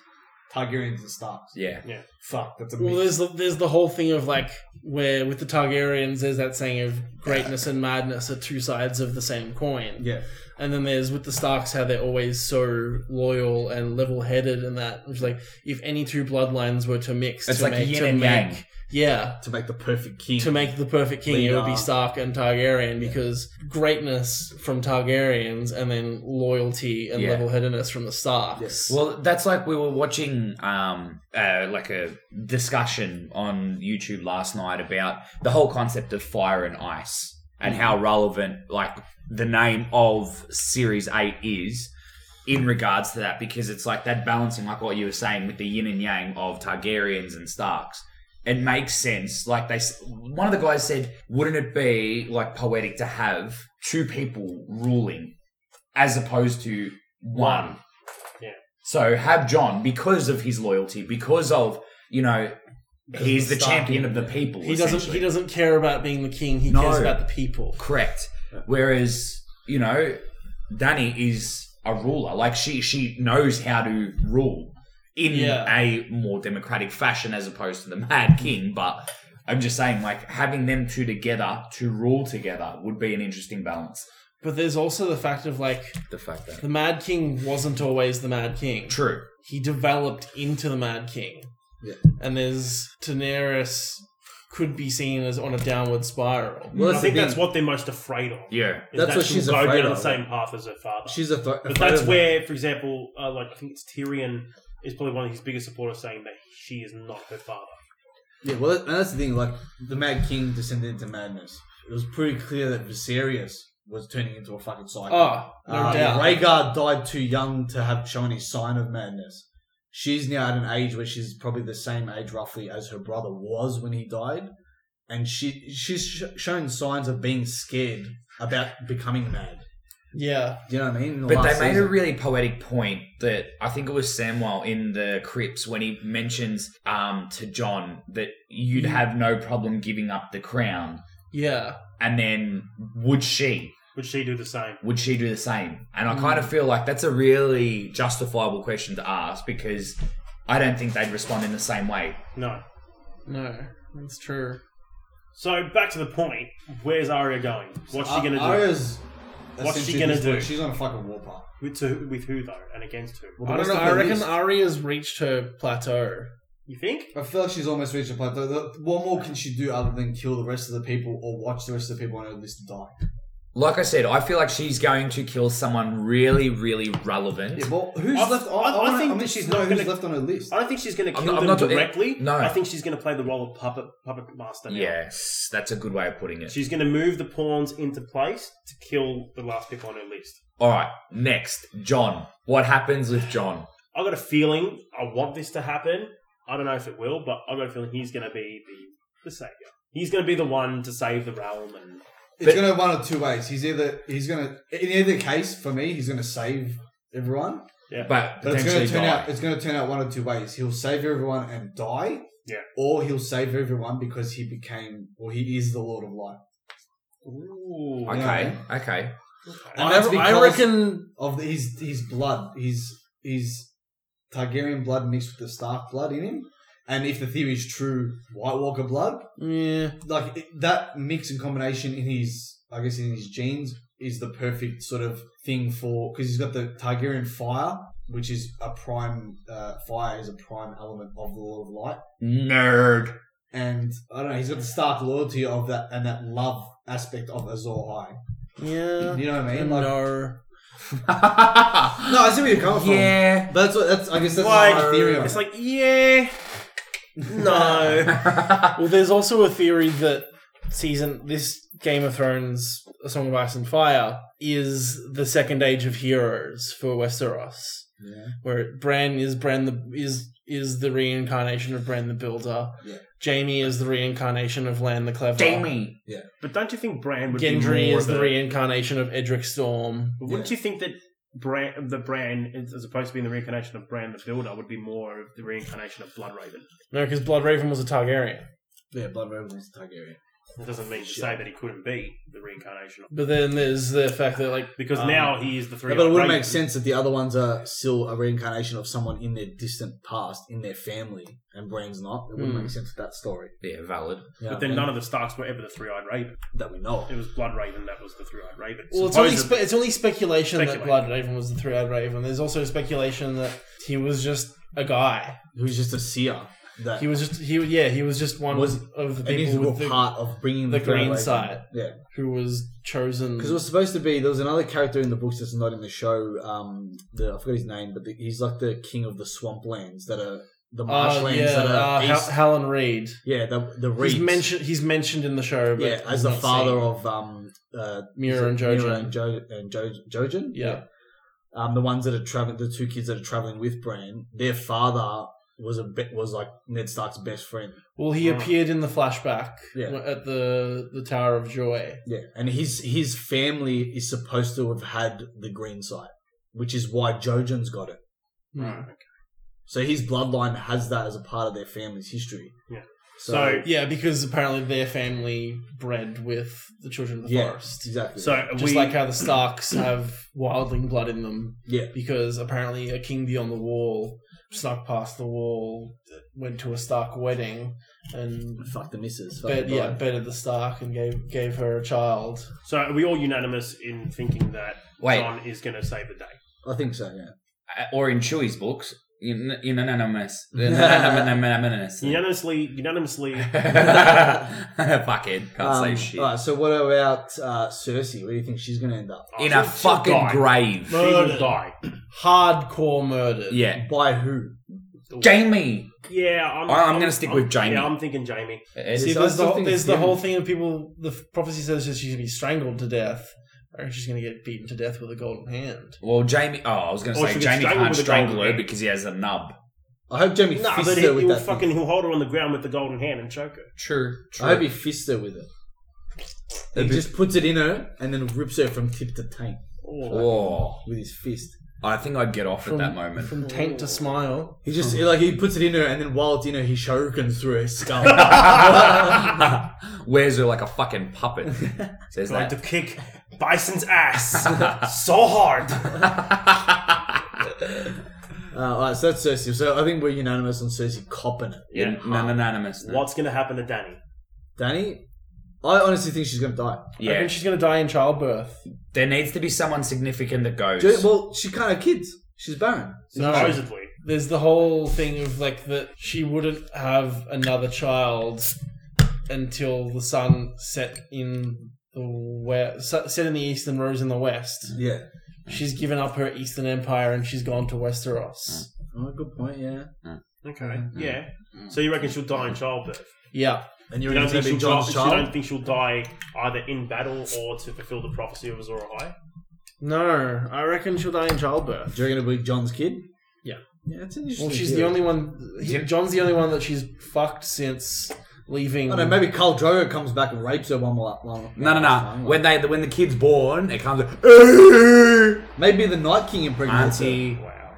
C: Targaryens and Starks.
A: yeah.
C: Fuck, that's a
D: Well,
C: mix.
D: there's the, there's the whole thing of like where with the Targaryens, there's that saying of greatness and madness are two sides of the same coin,
C: Yeah,
D: and then there's with the Starks how they're always so loyal and level headed and that. Which like if any two bloodlines were to mix,
A: It's
D: to
A: like
D: make,
A: yin
D: to
A: and yang.
D: make- yeah,
C: to make the perfect king.
D: to make the perfect king, it would be
C: Leader.
D: Stark and Targaryen because greatness from Targaryens and then loyalty and
A: Yeah.
D: level headedness from the Starks.
C: Yes.
A: Well, that's like we were watching um uh, like a discussion on YouTube last night about the whole concept of fire and ice and how relevant like the name of series 8 is in regards to that because it's like that balancing like what you were saying with the yin and yang of Targaryens and Starks. It makes sense. Like they, s- one of the guys said, wouldn't it be like poetic to have two people ruling as opposed to one?
B: Yeah.
A: So have John because of his loyalty, because of you know he's the
C: Stark
A: champion
C: in-
A: of the people.
D: He doesn't.
A: essentially.
D: He doesn't care about being the king. He
A: No.
D: cares about the people.
A: Correct. Whereas, you know, Danny is a ruler. Like she she knows how to rule in
D: Yeah.
A: a more democratic fashion as opposed to the mad king, but I'm just saying like having them two together to rule together would be an interesting balance.
D: But there's also the fact of like
A: The fact that
D: the Mad King wasn't always the Mad King.
A: True.
D: He developed into the Mad King.
C: Yeah.
D: And there's Daenerys could be seen as on a downward spiral.
C: Well,
B: I
C: that's
B: think
C: the
B: that's
C: thing.
B: what they're most afraid of.
A: Yeah.
B: is
C: That's
B: that
C: what
B: she'll
C: she's
B: go
C: afraid
B: down
C: of.
B: the same path as her father.
C: She's a. Th-
B: but that's where, for example, uh, like I think it's Tyrion is probably one of his biggest supporters, saying that she is not her father.
C: Yeah, well, that- and that's the thing. Like the Mad King descended into madness. It was pretty clear that Viserys was turning into a fucking psycho.
D: Oh, no
C: Um,
D: doubt.
C: Rhaegar died too young to have shown any sign of madness. She's now at an age where she's probably the same age roughly as her brother was when he died, and she she's sh- shown signs of being scared about becoming mad.
D: Yeah.
C: Do you know what I mean? In the
A: But they
C: last
A: made a
C: season.
A: really poetic point that I think it was Samwell in the Crypts when he mentions um, to John that you'd have no problem giving up the crown.
D: Yeah.
A: And then would she?
B: Would she do the same?
A: would she do the same? And
C: Mm.
A: I kind of feel like that's a really justifiable question to ask because I don't think they'd respond in the same way.
B: No.
D: No. That's true.
B: So back to the point. Where's Arya going? What's she
C: Ar-
B: gonna do?
C: Arya's
B: What's she
C: essentially
B: gonna
C: just like-
B: do?
C: She's on a fucking warpath.
B: With, to, with who though, and against who?
C: Well, the
D: I
C: rest
D: don't know.
C: of
D: I
C: the
D: reckon
C: list-
D: Arya's reached her plateau.
B: You think?
C: I feel like she's almost reached a plateau. The- What more can she do other than kill the rest of the people or watch the rest of the people on her list die?
A: Like I said, I feel like she's going to kill someone really, really relevant.
C: Yeah, well, who's
B: I-
C: left? I,
B: I- I
C: wanna-
B: think
C: I mean,
B: that she's
C: no,
B: not
C: who's
B: gonna-
C: left on her list.
B: I don't think she's going to
A: I'm
B: kill
A: not- I'm
B: them
A: not talking-
B: directly.
A: no.
B: I think she's going to play the role of puppet puppet master. Now.
A: Yes, that's a good way of putting it.
B: She's going to move the pawns into place to kill the last people on her list.
A: All right, next, John. What happens with John?
B: I got a feeling I want this to happen. I don't know if it will, but I got a feeling he's going to be the, the savior. He's going to be the one to save the realm. And
C: It's going to one of two ways. He's either he's going to in either case for me, he's going to save everyone,
A: But
C: but it's going
A: potentially
C: to turn
A: die.
C: out it's going to turn out one of two ways. He'll save everyone and die,
B: Yeah.
C: or he'll save everyone because he became or he is the Lord of Light
B: ooh,
C: I-
A: okay, okay.
B: okay.
C: I-
D: And
C: that's
D: I, I
C: because-
D: reckon.
C: of the, his his blood, his his Targaryen blood mixed with the Stark blood in him. And if the theory is true, White Walker blood,
D: Yeah.
C: like it, that mix and combination in his, I guess, in his genes is the perfect sort of thing for because he's got the Targaryen fire, which is a prime uh, fire is a prime element of the Lord of Light,
A: Nerd.
C: and I don't know, he's got the Stark loyalty of that and that love aspect of Azor High.
D: Yeah.
C: You know what I mean? Like,
D: No.
C: no, I see where you're coming
A: yeah.
C: from. That's what that's. I guess that's my
B: like,
C: theory. On
B: it's
C: it.
B: like, yeah, no.
D: Well, there's also a theory that season, this Game of Thrones, A Song of Ice and Fire, is the second age of heroes for Westeros,
C: Yeah.
D: where Bran is Bran the is is the reincarnation of Bran the Builder.
C: Yeah.
D: Jamie is the reincarnation of Lan the Clever.
A: Jamie.
B: But don't you think Bran would be
D: Gendry
B: more
D: is
B: of
D: the
B: a-
D: reincarnation of Edric Storm.
B: But wouldn't you think that Bran, the Bran, as opposed to being the reincarnation of Bran the Builder, would be more of the reincarnation of Bloodraven?
D: No, because Bloodraven was a Targaryen.
C: Yeah, Blood Raven was Targaryen.
B: It doesn't mean to
C: Shit.
B: say that he couldn't be the reincarnation of
D: But then there's the fact that like
B: because
D: Um,
B: now he is the three.
C: Yeah, but it would
B: Ravens.
C: make sense that the other ones are still a reincarnation of someone in their distant past, in their family, and Bran's not. It wouldn't
D: Hmm.
C: make sense for that story.
A: Yeah, valid.
C: Yeah,
B: But then
C: and
B: none of the Starks were ever the three-eyed raven.
C: that we know.
B: It was Bloodraven that was the three-eyed raven.
D: Well, it's only, spe-
B: Supposedly-
D: it's only speculation that
B: Speculate.
D: Blood Raven was the three eyed raven. There's also speculation that he was just a guy.
C: Who's just a seer that
D: He was just he yeah he was just one
C: Was-
D: of the
C: and he's
D: people
C: a
D: with the,
C: part of bringing
D: the
C: the,
D: green
C: Blood Raven.
D: side.
C: Yeah,
D: who was chosen.
C: because it was supposed to be there was another character in the books that's not in the show. Um, the, I forgot his name, but the, he's like the king of the swamplands that are the
D: uh,
C: marshlands
D: yeah,
C: that
D: uh,
C: are
D: Hal-
C: east.
D: Hallan Reed.
C: yeah, the the reeds.
D: He's mentioned he's mentioned in the show. But
C: yeah, as
D: he's
C: the
D: not
C: father
D: seen.
C: of um uh,
D: Mira and Jojo.
C: Mira and, jo- and jo- Jojen.
D: Yeah.
C: um, the ones that are traveling, the two kids that are traveling with Bran, their father was a bit was like Ned Stark's best friend.
D: Well, he
B: Oh.
D: appeared in the flashback
C: Yeah.
D: at the the Tower of Joy.
C: Yeah, and his his family is supposed to have had the green sight, which is why Jojen's got it.
B: Right.
C: So his bloodline has that as a part of their family's history.
B: Yeah.
C: So,
B: So-
D: Yeah, because apparently their family bred with the children of the
C: yeah,
D: forest.
C: exactly.
B: So are
D: Just
B: we,
D: like how the Starks have wildling blood in them,
C: yeah,
D: because apparently a king beyond the wall snuck past the wall, went to a Stark wedding, and
C: fuck the missus. fuck
D: bed,
C: the
D: yeah,
C: bride.
D: bedded the Stark and gave gave her a child.
B: so are we all unanimous in thinking that
A: Wait.
B: John is going to save the day?
C: I think so. Yeah.
A: Uh, Or in Chewie's books, in in anonymous. Anonymous.
B: Unanimously, unanimously.
A: Fuckhead. Can't say
C: Um,
A: shit.
C: All right. So what about uh, Cersei? Where do you think she's going to end up?
A: in
B: Oh,
A: a
B: she'll- she'll
A: fucking
B: die.
A: grave.
B: She will
D: Murdered.
B: die.
D: Hardcore murder.
A: Yeah.
C: By who?
A: Jamie.
B: Yeah, I'm.
A: I- I'm gonna stick with Jaime.
B: Yeah, I'm thinking Jamie.
D: See,
C: Yes, I
D: there's
C: still
D: the,
C: think
D: there's
C: it's
D: the
C: him.
D: whole thing of people. The prophecy says that she's gonna be strangled to death, or she's gonna get beaten to death with a golden hand.
A: well, Jamie. Oh, I was going to
B: Or
A: say
B: she gets
A: Jamie
B: strangled
A: can't
B: with a
A: strangle her
B: golden hand.
A: because he has a nub.
C: I hope Jamie
B: No,
C: fists
B: but he,
C: her with
B: he'll
C: that.
B: fucking
C: thing.
B: he'll hold her on the ground with the golden hand and choke her.
A: True. True.
C: I hope he fists her with it. He just puts it in her and then rips her from tip to taint
B: Oh,
A: oh,
C: with his fist.
A: I think I'd get off
D: From
A: at that moment.
D: from taint to smile.
C: He just like he puts it in her and then while it's in her, he shurikens through her skull. Uh,
A: Wears her like a fucking puppet. Says
B: like
A: that.
B: to kick Bison's ass so hard.
C: uh, alright, so that's Cersei. So I think we're unanimous on Cersei copping it.
A: yeah, no, no, anonymous. No.
B: What's gonna happen to Danny?
C: Danny, I honestly think she's gonna die.
D: I
A: Yeah,
D: think she's gonna die in childbirth.
A: there needs to be someone significant that goes.
C: Jo- Well, she can't have kids. She's barren.
D: No.
B: Supposedly.
D: There's the whole thing of like that she wouldn't have another child until the sun set in the west, set in the east and rose in the west.
C: Yeah.
D: She's given up her eastern empire and she's gone to Westeros.
C: Oh, good point. Yeah.
B: Okay.
C: Mm.
B: Yeah. So you reckon she'll die in childbirth?
D: Yeah,
C: And you're
B: You don't,
C: gonna
B: think
C: be
B: she'll
C: John's
B: die, you don't
C: child.
B: think she'll die either in battle or to fulfill the prophecy of Azor Ahai?
D: no, I reckon she'll die in childbirth.
C: Do you reckon it'll be John's kid?
D: Yeah.
C: Yeah, that's an interesting.
D: Well, she's
C: theory.
D: the only one. he- John's the only one that she's fucked since leaving.
C: I don't know, maybe Carl Drogo comes back and rapes her one more. One,
A: no, no, no.
C: one last time.
A: When they, when the kid's born, it comes. Like,
C: maybe the Night King impregnates her.
A: Auntie,
B: Wow.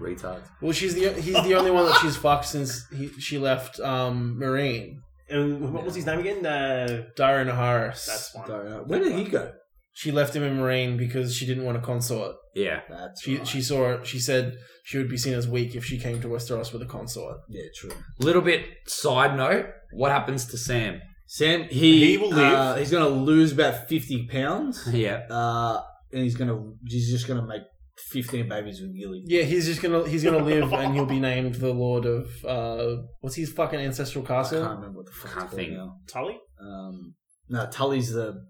A: retard.
D: Well, she's the he's the only one that she's fucked since he, she left um, Marine.
B: And what was his name again? Uh,
D: Darren Harris.
B: that's one.
C: Sorry, uh, Where did he go?
D: She left him in Marine because she didn't want a consort.
A: Yeah,
C: That's
D: She
C: right.
D: she saw it. She said she would be seen as weak if she came to Westeros with a consort.
C: yeah, true.
A: little bit side note. What happens to Sam?
C: Sam, he,
B: He will live.
C: Uh, he's going to lose about fifty pounds,
A: Yeah,
C: uh, and he's going to he's just going to make fifteen babies with Gilly.
D: Yeah, he's just gonna he's gonna live and he'll be named the Lord of uh what's his fucking ancestral
C: I can't
D: castle?
C: remember what the fuck
A: Can't
C: it's called
A: think.
C: now.
B: Tully?
C: Um, no, Tully's the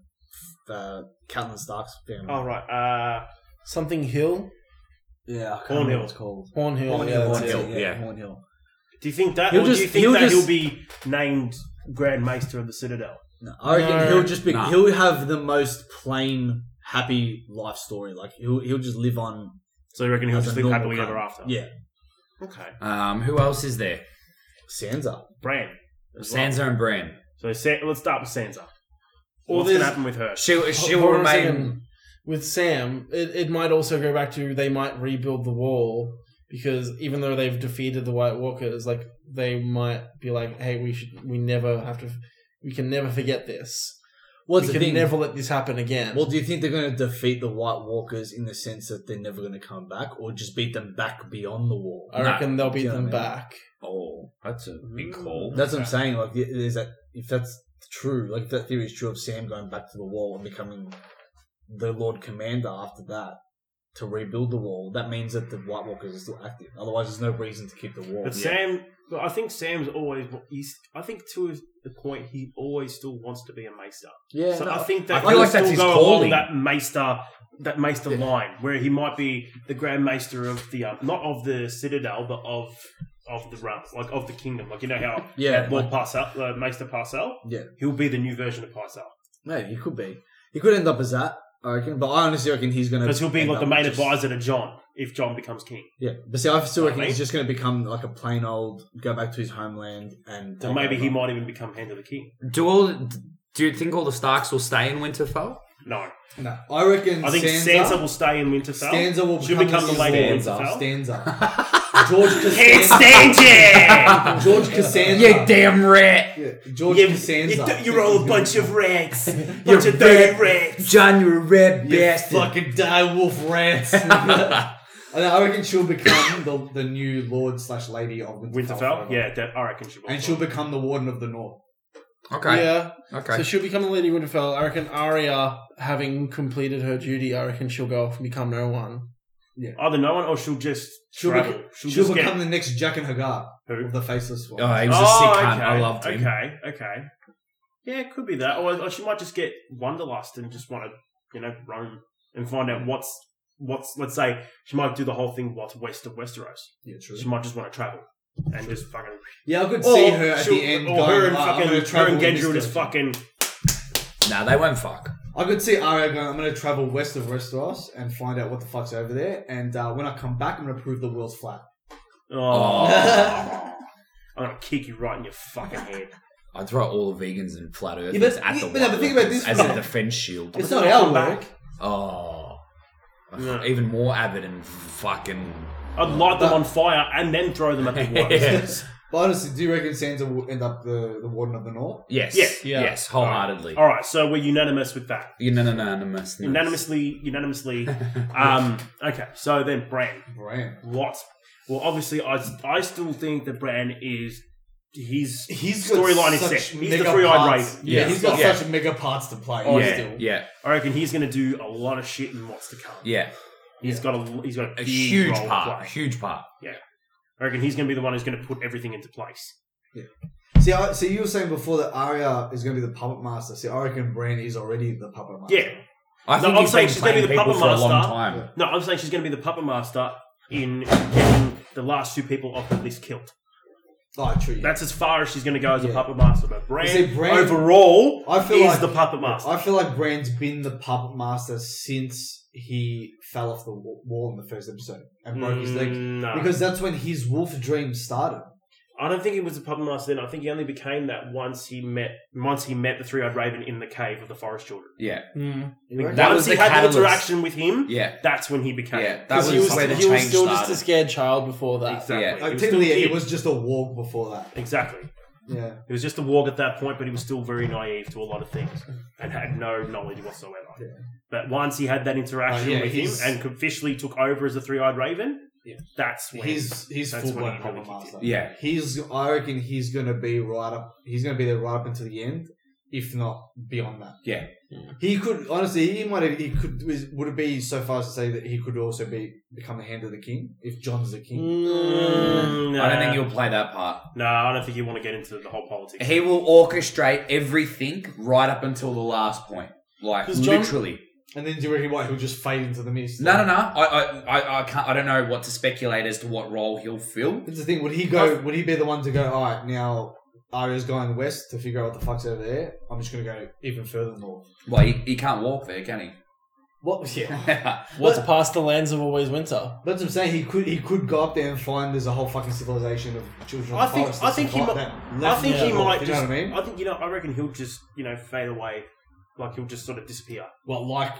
C: uh, Catelyn Stark's family.
B: Oh, right. Uh,
D: Something Hill,
C: Yeah, I can't
B: Hornhill.
C: remember what it's called.
D: Hornhill.
C: Hornhill,
D: yeah, that's
C: that's
D: it.
A: Hill,
C: it,
A: yeah.
C: Hornhill.
B: do you think that,
C: He'll
B: or
C: just-
B: do you think
C: he'll
B: that
C: just-
B: he'll be named Grand Maester of the Citadel.
C: No, I reckon
D: No,
C: he'll just be
E: nah.
C: he'll have the most plain, happy life story. Like he'll he'll just live on
B: So you reckon he'll
C: as
B: just
C: a
B: live happily
C: normal cunt.
B: ever after?
C: Yeah.
B: Okay.
E: Um, who else is there?
C: Sansa.
B: Bran. as well.
A: Sansa and Bran.
B: So Sa- let's start with Sansa.
D: Well,
B: What's going to
D: there's-
B: happen with her?
A: She she will
D: Hold on a
A: remain.
D: second. with Sam. It, it might also go back to they might rebuild the wall because even though they've defeated the White Walkers, like they might be like, hey, we should we never have to, we can never forget this.
C: What's
D: we
C: the
D: can
C: thing?
D: never let this happen again.
C: well, do you think they're going to defeat the White Walkers in the sense that they're never going to come back, or just beat them back beyond the wall?
D: I
A: No.
D: reckon they'll beat
C: Yeah,
D: them
C: man.
D: back.
A: Oh, that's a big
D: Mm.
A: call.
C: That's what I'm saying. Like, i- is that if that's true, like if that theory is true of Sam going back to the wall and becoming the Lord Commander after that to rebuild the wall, that means that the White Walkers are still active. Otherwise, there's no reason to keep the wall.
B: But Sam, well, I think Sam's always. He's, I think to his, the point, he always still wants to be a Maester.
C: Yeah,
B: so
C: no,
B: I think
A: I
B: that
A: feel
B: he'll
A: like that's
B: still
A: his
B: go along
A: calling.
B: that Maester, that Maester line, where he might be the Grand Maester of the um, not of the Citadel, but of of the realm, like of the kingdom. Like you know how
C: yeah,
B: Lord Parcel, uh, Maester Parcel,
C: Yeah.
B: he'll be the new version of Parcel
C: No, he could be. He could end up as that, I reckon. But I honestly reckon he's going to.
B: because he'll be like the main advisor to John if John becomes king.
C: Yeah, but see, I still
B: Know what
C: reckon
B: I mean?
C: he's just going to become like a plain old, go back to his homeland, and
B: Or maybe he might even become Hand of the King.
A: Do all? Do you think all the Starks will stay in Winterfell?
B: No,
D: No.
C: I reckon.
B: I think Sansa, will stay in Winterfell.
C: Stanza will
B: She'll become
C: become,
B: the
C: his
B: lady of
C: lord.
B: Winterfell.
C: Stanza. George
B: Can't
C: Costanza.
B: stand you!
C: George Costanza.
A: Yeah, damn rat.
C: Yeah, George
B: You-
C: Costanza.
B: you- You're all a bunch of rats.
A: You're
B: bunch of dirty
A: rat.
B: rats.
A: John, you red
C: You
A: bastard.
C: fucking die wolf rats. and I reckon she'll become the, the new lord slash lady of Winterfell.
B: Winterfell?
C: forever.
B: Oh, Yeah, that, I reckon she will.
C: And she'll become the warden of the north.
A: Okay.
D: Yeah.
A: Okay. Oh,
D: So she'll become the Lady Winterfell. I reckon Arya, having completed her duty, I reckon she'll go off and become no one.
B: Either no one or she'll just
C: She'll,
B: travel.
C: bec-
B: she'll,
C: she'll,
B: just
C: become
B: get...
C: the next Jack and Hagar
B: Who?
C: of the faceless one.
A: Oh, he was a
B: Oh,
A: sick cunt. I loved him.
B: Okay, okay. Yeah, it could be that. Or, or she might just get wanderlust and just want to, you know, roam and find out what's, what's, let's say, she might do the whole thing what's west of Westeros.
C: yeah, true.
B: She might just want to travel. And just fucking.
C: Yeah, I could
B: Or
C: see her at
B: she'll-
C: the end
B: Or
C: going,
B: her and
C: "Ah, I'm
B: fucking.
C: gonna
B: Her
C: travel
B: and
C: in this
B: Gendry just
C: direction."
B: fucking.
A: No, they won't fuck.
C: I could see Arya going, I'm going to travel west of Westeros and find out what the fuck's over there. And uh, when I come back, I'm going to prove the world's flat.
A: Oh.
B: I'm gonna kick you right in your fucking head.
A: I'd throw all the vegans and flat earthers
C: Yeah, but-
A: at the
C: yeah, but no,
A: White
C: but think about
A: Walkers
C: this
A: as
C: one.
A: a defense shield.
C: It's not our work.
A: Oh.
B: No.
A: Even more avid and fucking.
B: I'd light them
C: But-
B: on fire and then throw them at the water.
A: yes.
C: But honestly, do you reckon Sansa will end up the, the Warden of the North?
A: Yes.
D: Yeah.
A: Yes. Wholeheartedly.
B: All right, so we're unanimous with that.
A: Unanimous.
B: Unanimously, unanimously. um, okay, so then Bran.
C: Bran.
B: What? Well, obviously, I, I still think that Bran is his
C: He's got
B: storyline is
C: such
B: set. He's the
C: mega
B: three-eyed
C: parts.
B: raven.
C: Yeah,
A: Yeah.
C: he's got
B: Yeah.
C: such mega parts to play.
B: Oh,
A: yeah.
C: still.
A: Yeah.
B: I reckon he's going to do a lot of shit in what's to come.
A: Yeah.
B: He's got a he's got a,
A: A
B: big
A: huge
B: role to
A: part. A
B: play.
A: huge part.
B: I reckon he's going to be the one who's going to put everything into place.
C: See, I, so you were saying before that Arya is going to be the puppet master. See, I reckon Bran is already the puppet master.
B: Yeah.
A: I
B: No,
A: think
B: I'm
A: he's
B: saying
A: been
B: she's gonna be
A: playing
B: the
A: people
B: puppet
A: for a long
B: master.
A: time.
B: No, I'm saying she's going to be the puppet master in getting the last two people off the list killed.
C: Oh, true. yeah.
B: That's as far as she's going to go as a
C: Yeah.
B: puppet master. But Bran,
C: see, Bran-
B: overall
C: I feel
B: is
C: like-
B: the puppet master.
C: I feel like Bran's been the puppet master since he fell off the wa- wall in the first episode and broke his leg.
B: Mm, No.
C: Because that's when his wolf dream started.
B: I don't think he was a puppet master then. I think he only became that once he met once he met the three eyed raven in the cave of the forest children.
A: Yeah.
C: Hmm.
D: Mm.
B: I think
C: Right.
A: That
B: once
A: was
B: he
A: the
B: had
A: catalyst.
B: the interaction with him,
A: Yeah.
B: that's when he became.
A: Yeah. That
D: Because
A: was,
D: he was,
A: where the
D: he was
A: change
D: still
A: started.
D: just a scared child before that.
B: exactly.
A: Yeah.
B: He
C: Like,
B: was still
C: technically,
B: a kid.
C: Oh, it was just a walk before that.
B: exactly.
C: Yeah.
B: He was just a warg at that point, but he was still very naive to a lot of things and had no knowledge whatsoever.
C: Yeah.
B: But once he had that interaction
C: Oh, yeah,
B: with
C: he's-
B: him and officially took over as the three eyed raven,
C: Yeah.
B: that's when
C: He's he's
B: That's
C: full
B: when
C: blown
B: he
C: puppet
B: really kicked
C: master.
A: in. Yeah.
C: He's I reckon he's gonna be right up he's gonna be there right up until the end, if not beyond that.
A: Yeah.
C: He could honestly he might have he could would it be so far as to say that he could also be become the hand of the king if John's the king.
D: Mm.
A: I don't think he'll play that part.
B: No, I don't think you want to get into the whole politics.
A: He will orchestrate everything right up until the last point. Like
D: 'Cause John-
A: literally.
C: And then do you reckon what he'll just fade into the mist?
A: No, no, no. I, I, I, I can't. I don't know what to speculate as to what role he'll fill.
C: That's the thing. Would he go? Would he be the one to go? All right, now Arya's going west to figure out what the fuck's over there. I'm just gonna go even further north.
E: Well, he, he can't walk there, can he?
C: What? Yeah.
D: What's
C: But-
D: past the lands of always winter?
C: That's what I'm saying. He could he could go up there and find there's a whole fucking civilization of children.
B: I
C: of the
B: think-
C: forest
B: I
C: and
B: think
C: stuff
B: he
C: like
B: mi-
C: that.
B: I
C: Left
B: think
C: and
B: he
C: north,
B: might
C: You
B: just.
C: know what I mean?
B: I think you know. I reckon he'll just you know fade away, like he'll just sort of disappear.
C: Well, like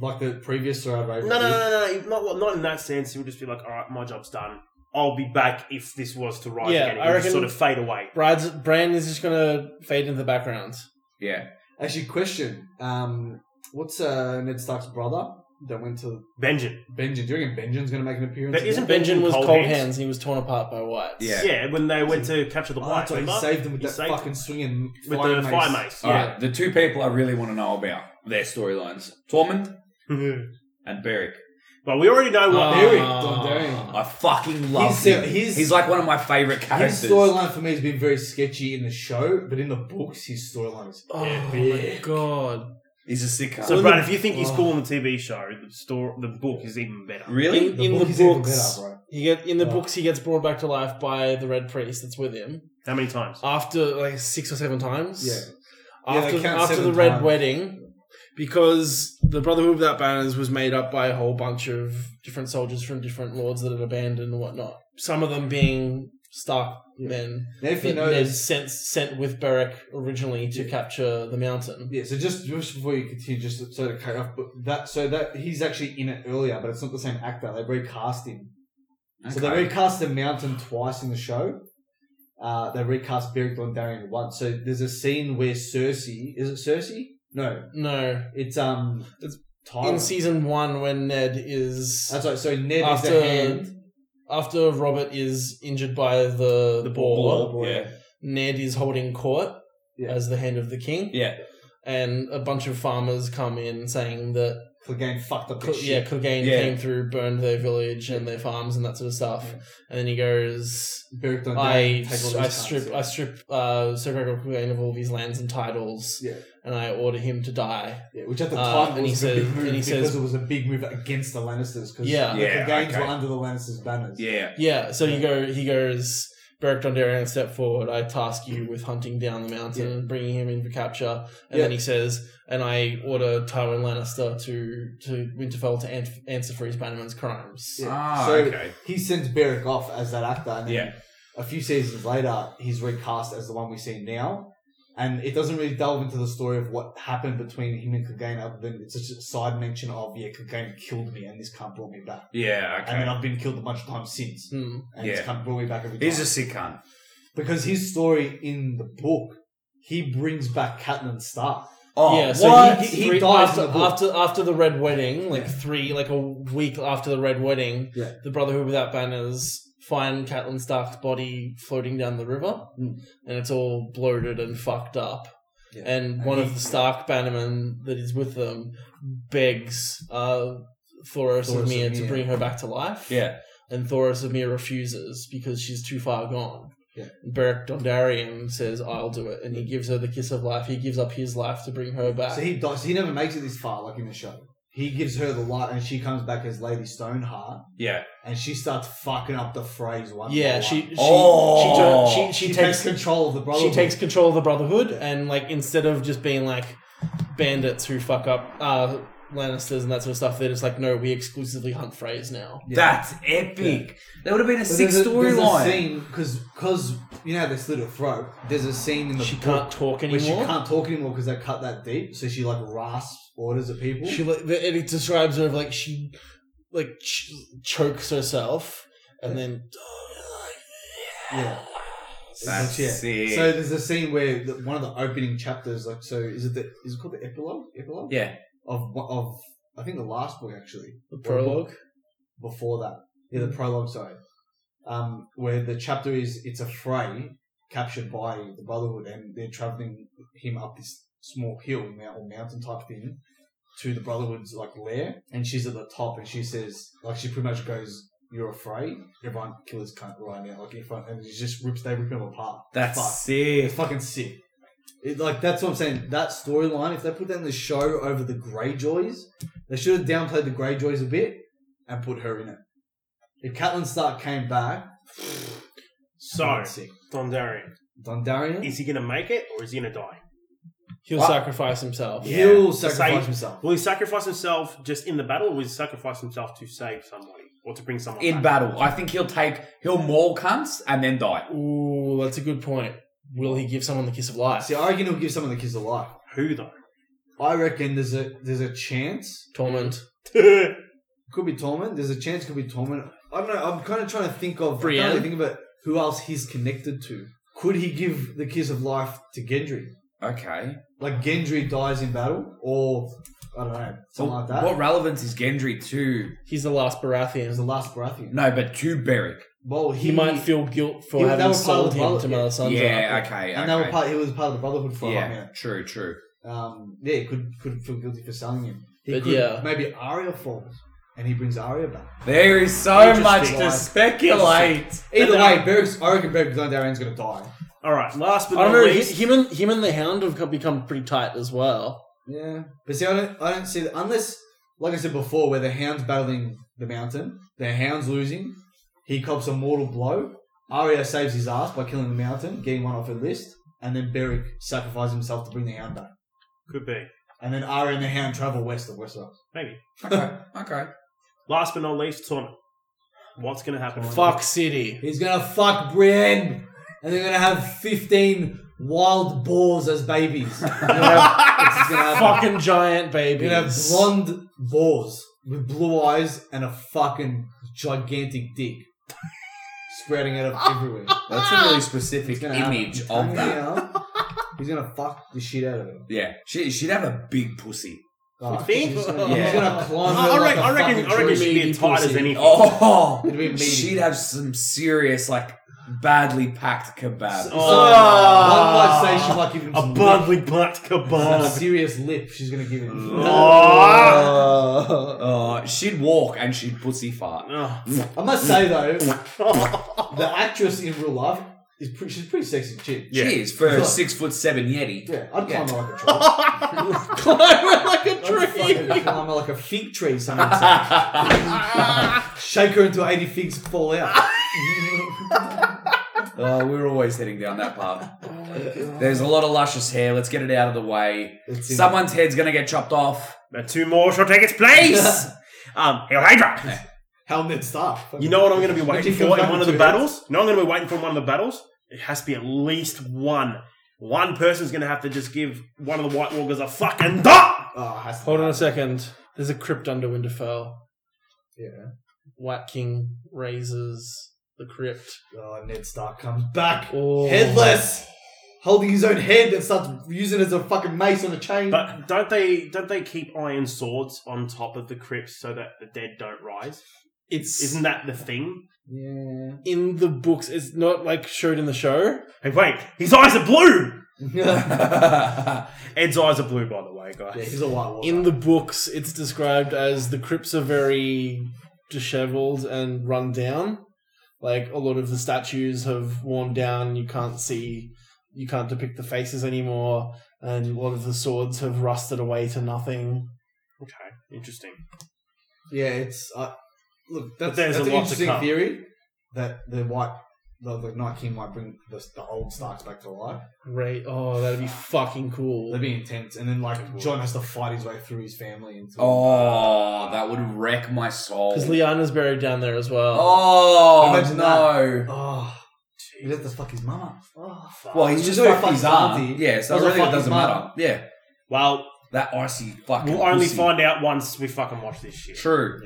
C: like the previous survivor.
B: No, no, no, no, no. Not not in that sense. He'll just be like, all right, my job's done. I'll be back if this was to rise
D: Yeah,
B: again.
D: I
B: He'll just
D: reckon-
B: sort of fade away.
D: Brad's, Bran is just gonna fade into the background.
E: yeah.
C: Actually, question. Um, what's uh, Ned Stark's brother that went to
B: Benjen.
C: Benjen? Do you reckon Benjen's going to make an appearance?
B: But
C: again?
B: isn't
D: Benjen was cold,
B: Cold
D: hands.
B: Hands.
D: and he was torn apart by whites.
E: Yeah.
B: Yeah. when they went to capture the
C: Oh,
B: white,
C: that's why he
B: remember?
C: saved them with
B: He
C: that
B: saved them.
C: fucking swinging
B: with
C: fire
B: the
C: mace.
B: fire mace.
E: All right.
B: Yeah.
E: The two people I really want to know about their storylines: Tormund and Beric.
B: but we already know what.
D: Uh,
C: Eric
A: Ah.
C: Dondarrion.
E: I fucking love
C: His-
E: him.
C: his-
E: He's like one of my favorite characters.
C: His storyline for me has been very sketchy in the show, but in the books, his storyline is
D: Oh
B: Yeah,
D: my
C: big.
D: god.
E: He's a sick
B: so,
E: so,
B: Brad, if you think he's
D: Oh.
B: cool on the TV show, the store, the book is even better.
E: Really?
D: In- in the
C: is even
D: books.
C: better, bro.
D: He get in the
C: Yeah.
D: books he gets brought back to life by the red priest that's with him.
B: How many times?
D: Oh, after like six or seven times.
C: Yeah. Yeah, they
D: After
C: count
D: after
C: seven
D: the red
C: times.
D: wedding, because the Brotherhood without Banners was made up by a whole bunch of different soldiers from different lords that had abandoned and whatnot. Some of them being Stark
C: Yeah.
D: men
C: Now, if you
D: that Ned
C: notice,
D: sent sent with Beric originally to
C: Yeah.
D: capture the mountain.
C: yeah. So just just before you continue, just so to cut off, but that so that he's actually in it earlier, but it's not the same actor. They recast him. So they recast the mountain twice in the show. Uh, they recast Beric Dondarrion once. So there's a scene where Cersei is it Cersei? No,
D: No,
C: it's um,
D: It's
C: Tywin.
D: in season one when Ned is
C: That's right. So Ned is
D: After-
C: the hand.
D: after Robert is injured by the
B: The
D: baller,
B: baller.
C: boy.
E: yeah.
D: Ned is holding court
C: Yeah.
D: as the hand of the king.
E: Yeah.
D: and a bunch of farmers come in saying that
C: Clegane fucked up.
D: Cl-
C: his
D: yeah,
C: shit.
D: Clegane
E: Yeah.
D: came through, burned their village and their farms and that sort of stuff.
C: Yeah.
D: And then he goes,
C: Beric Dondarrion.
D: "I,
C: take all those
D: I
C: cards,
D: strip,
C: yeah.
D: I strip uh, Sir Gregor Clegane of all these lands and titles,
C: Yeah.
D: and I order him to die."
C: Yeah, which at the
D: Uh,
C: time
D: and he
C: was a
D: says-
C: big move
D: and he
C: because
D: says-
C: it was a big move against the Lannisters because
D: Yeah.
C: the
E: Yeah,
C: Cleganes
E: okay.
C: were under the Lannisters' banners.
E: Yeah.
D: Yeah, so you go, he goes. Beric Dondarrion, step forward. I task you with hunting down the mountain and bringing him in for capture. And
C: Yeah.
D: then he says, "And I order Tywin Lannister to to Winterfell to an- answer for his bannerman's crimes."
C: Yeah.
E: Ah,
C: So-
E: okay.
C: He sends Beric off as that actor, and then
E: Yeah.
C: a few seasons later, he's recast as the one we see now. And it doesn't really delve into the story of what happened between him and Clegane, other than it's just a side mention of, yeah, Clegane killed me and this cunt brought me back.
E: Yeah,
C: And
E: okay.
C: then I've been killed a bunch of times since.
D: Hmm.
C: And this
E: Yeah.
C: cunt brought me back every time.
E: He's a sick cunt.
C: because his story in the book, he brings back Catelyn Stark.
E: Oh,
D: yeah, so
C: what?
D: He,
C: He
D: three-
C: dies
D: after,
C: in the book.
D: after after the red wedding, like
C: Yeah.
D: three, like a week after the red wedding.
C: Yeah.
D: the Brotherhood without banners find Catelyn Stark's body floating down the river,
C: Mm.
D: and it's all bloated and fucked up.
C: Yeah.
D: And
C: And
D: one
C: he-
D: of the Stark bannermen that is with them begs uh,
C: Thoros
D: Thoros of
C: of
D: Mir to
C: Myr.
D: bring her back to life.
E: yeah.
D: And Thoros of Mir refuses because she's too far gone.
C: Yeah.
D: Beric Dondarrion says, "I'll do it," and he gives her the kiss of life. He gives up his life to bring her back.
C: uh, So he dies. He never makes it this far, like in the show. He gives her the light, and she comes back as Lady Stoneheart,
E: Yeah.
C: and she starts fucking up the phrase one. by
D: Yeah,
C: one.
D: she she,
E: Oh.
D: she, turn, she, she,
C: takes,
D: takes
C: control of the brotherhood.
D: she takes control of the Brotherhood and like instead of just being like bandits who fuck up uh, Lannisters and that sort of stuff, they're just like, no, we exclusively hunt Freys now.
C: Yeah.
E: That's epic. That would have been a
C: But
E: sick
C: there's a- there's a
E: storyline.
C: scene because because you know how they slit her throat. There's a scene in the
D: She
C: book
D: can't talk
C: where she
D: anymore.
C: can't talk anymore because they cut that deep. So she like rasps orders at people.
D: She like the- it describes her of like she like ch- chokes herself and then
C: yeah.
E: That's
C: yeah.
E: sick.
C: So there's a scene where the, one of the opening chapters, like, so is it the is it called the epilogue? Epilogue?
E: yeah.
C: Of one- of I think the last book actually.
D: the prologue.
C: before that. Yeah,
E: Mm.
C: the prologue, sorry. Um, where the chapter is it's a Frey captured by the Brotherhood and they're traveling him up this small hill mount or mountain type thing to the Brotherhood's like lair and she's at the top and she says like she pretty much goes, You're a Frey, everyone kill this cunt right now, like in front and she just rips they rip him apart.
E: That's
C: Fuck.
E: sick.
C: It's fucking sick. It, like that's what I'm saying. That storyline, if they put that in the show over the Greyjoys, they should have downplayed the Greyjoys a bit and put her in it. If Catelyn Stark came back,
B: So,
C: fucking sick.
B: Dondarrion.
C: Dondarian?
B: Is he going to make it or is he going to die?
D: He'll
C: What?
D: sacrifice himself.
B: Yeah.
C: He'll
B: To
C: sacrifice
B: save-
C: himself.
B: Will he sacrifice himself just in the battle, or will he sacrifice himself to save somebody or to bring someone
A: in
B: back?
A: battle. I think he'll take he'll maul cunts and then die.
D: Ooh, that's a good point. Will he give someone the kiss of life?
C: See, I reckon he'll give someone the kiss of life.
B: Who though?
C: I reckon there's a there's a chance.
D: Torment.
C: Could be Torment. There's a chance it could be Torment. I don't know. I'm kind of trying to think of. I
D: Brienne?
C: can't really think about who else he's connected to. Could he give the kiss of life to Gendry?
A: Okay.
C: Like Gendry dies in battle, or I don't know, something like that.
A: What relevance is Gendry to
D: He's the last
C: There's
D: Baratheon.
C: the last Baratheon.
A: no, but to Beric?
C: Well,
D: He, might feel guilt for
C: he- that
D: having
C: was part of
D: sold
C: the
D: him
C: brother-
D: to
C: yeah.
D: Melisandre.
A: Yeah, okay,
C: and they
A: okay.
C: were part. He was part of the Brotherhood for
A: yeah,
C: a minute.
A: true, true.
C: Um, yeah, he could could feel guilty for selling him. He
D: But
C: could,
D: yeah.
C: maybe Arya falls, and he brings Arya back.
A: There is so
B: Interesting.
A: much to
B: Like-
A: speculate.
C: Either
B: And
C: way,
B: then-
C: Beric's, I reckon Beric Dondarrion's gonna die.
B: All right. Last but
D: I don't
B: not
D: know.
B: least,
D: Him and him and the Hound have co- become pretty tight as well.
C: Yeah, but see, I don't, I don't see that unless, like I said before, where the hound's battling the mountain, the hound's losing, he cops a mortal blow. Arya saves his ass by killing the mountain, getting one off her list, and then Beric sacrifices himself to bring the hound back.
B: could be
C: And then Arya and the hound travel west of Westeros.
B: maybe.
A: okay, okay.
B: Last but not least, Torment. What's going to
C: Oh,
B: happen?
D: Fuck City.
C: He's gonna fuck Brienne, and they're gonna have fifteen wild boars as babies. They're gonna have- it's gonna happen.
D: Fucking giant
C: You're
D: babies.
C: gonna have blonde boars with blue eyes and a fucking gigantic dick spreading out of everywhere.
A: That's a really
C: Ah! It's
A: specific
C: gonna happen.
A: image
C: I'm
A: of
C: telling you
A: that.
C: now, He's gonna fuck the shit out of it.
A: Yeah, she she'd have a big pussy.
C: Oh,
B: think?
C: He's gonna,
A: Yeah.
C: he's gonna climb
B: I, I,
C: her like
B: reckon, I
C: a
B: reckon.
C: fucking
B: I reckon.
C: tree.
B: She'd be
D: tree.
B: as tight as
D: Pussy.
B: anything.
A: Oh,
C: It'd be meaty.
A: she'd have some serious like badly packed kebab.
C: So,
B: Oh.
C: One might say she might give him
B: A
C: some
B: badly black
C: lip, some
B: kebab.
C: serious lip she's gonna give him.
B: Oh.
A: Uh, she'd walk and she'd pussy fart.
B: Ugh.
C: I must say though, the actress in real life is pretty, she's a pretty sexy chick.
B: Yeah.
A: She is for
C: Sure.
A: a six foot seven yeti.
C: Yeah, I'd
A: Yeah.
C: climb her like a tree.
D: Climb like a
C: I'd
D: tree.
C: fucking climb her like a fig tree. Something. Shake her until eighty figs fall out.
A: Oh, we're always heading down that path.
C: Oh
A: There's a lot of luscious hair. Let's get it out of the way.
C: It's in-
A: Someone's head's gonna get chopped off.
B: The two more shall take its place. um, Hail Hydra.
C: Helmet stuff.
B: You know what I'm going to be waiting
C: Which is
B: for in one of the
C: two
B: battles? No, I'm going to be waiting for in one of the battles. It has to be at least one. One person's going to have to just give one of the White Walkers a fucking dot.
C: Oh, it has to
D: Hold on a
C: be.
D: second. There's a crypt under Winterfell.
C: Yeah.
D: White King raises the crypt.
C: Oh, Ned Stark comes back,
D: Oh.
C: headless, holding his own head and starts using it as a fucking mace on a chain.
B: But don't they don't they keep iron swords on top of the crypts so that the dead don't rise?
D: It's
B: Isn't that the thing?
C: yeah.
D: in the books. It's not like showed in the show.
B: Hey, wait, his eyes are blue.
C: yeah,
B: Ed's eyes are blue, by the way, guys.
C: he's a white walker.
D: In the books, it's described as the crypts are very disheveled and run down. Like a lot of the statues have worn down. You can't see, you can't depict the faces anymore, and a lot of the swords have rusted away to nothing.
B: Okay, interesting.
C: yeah, it's uh, look. That's,
B: there's
C: that's
B: a
C: an
B: lot to
C: interesting
B: come.
C: theory that the white, the, the Night King might bring the, the old Starks back to life.
D: Right? Oh, that'd be fucking cool.
C: That'd be intense. And then like John has to fight his way through his family and
A: oh, that would wreck my soul.
D: Because Liana's buried down there as well.
A: Oh
C: Imagine
A: no.
C: Oh, he has to fuck his mum up. Oh, fuck.
A: Well, he's
C: He's
A: just
C: already
A: fucked
C: fucked
A: his
C: his
A: arm.
C: auntie.
A: Yeah, so
C: Also
A: really it
C: fucked his
A: doesn't
C: mother.
A: matter. Yeah,
B: Well,
A: that icy fucking.
B: we'll only
A: pussy.
B: find out once we fucking watch this shit.
A: True.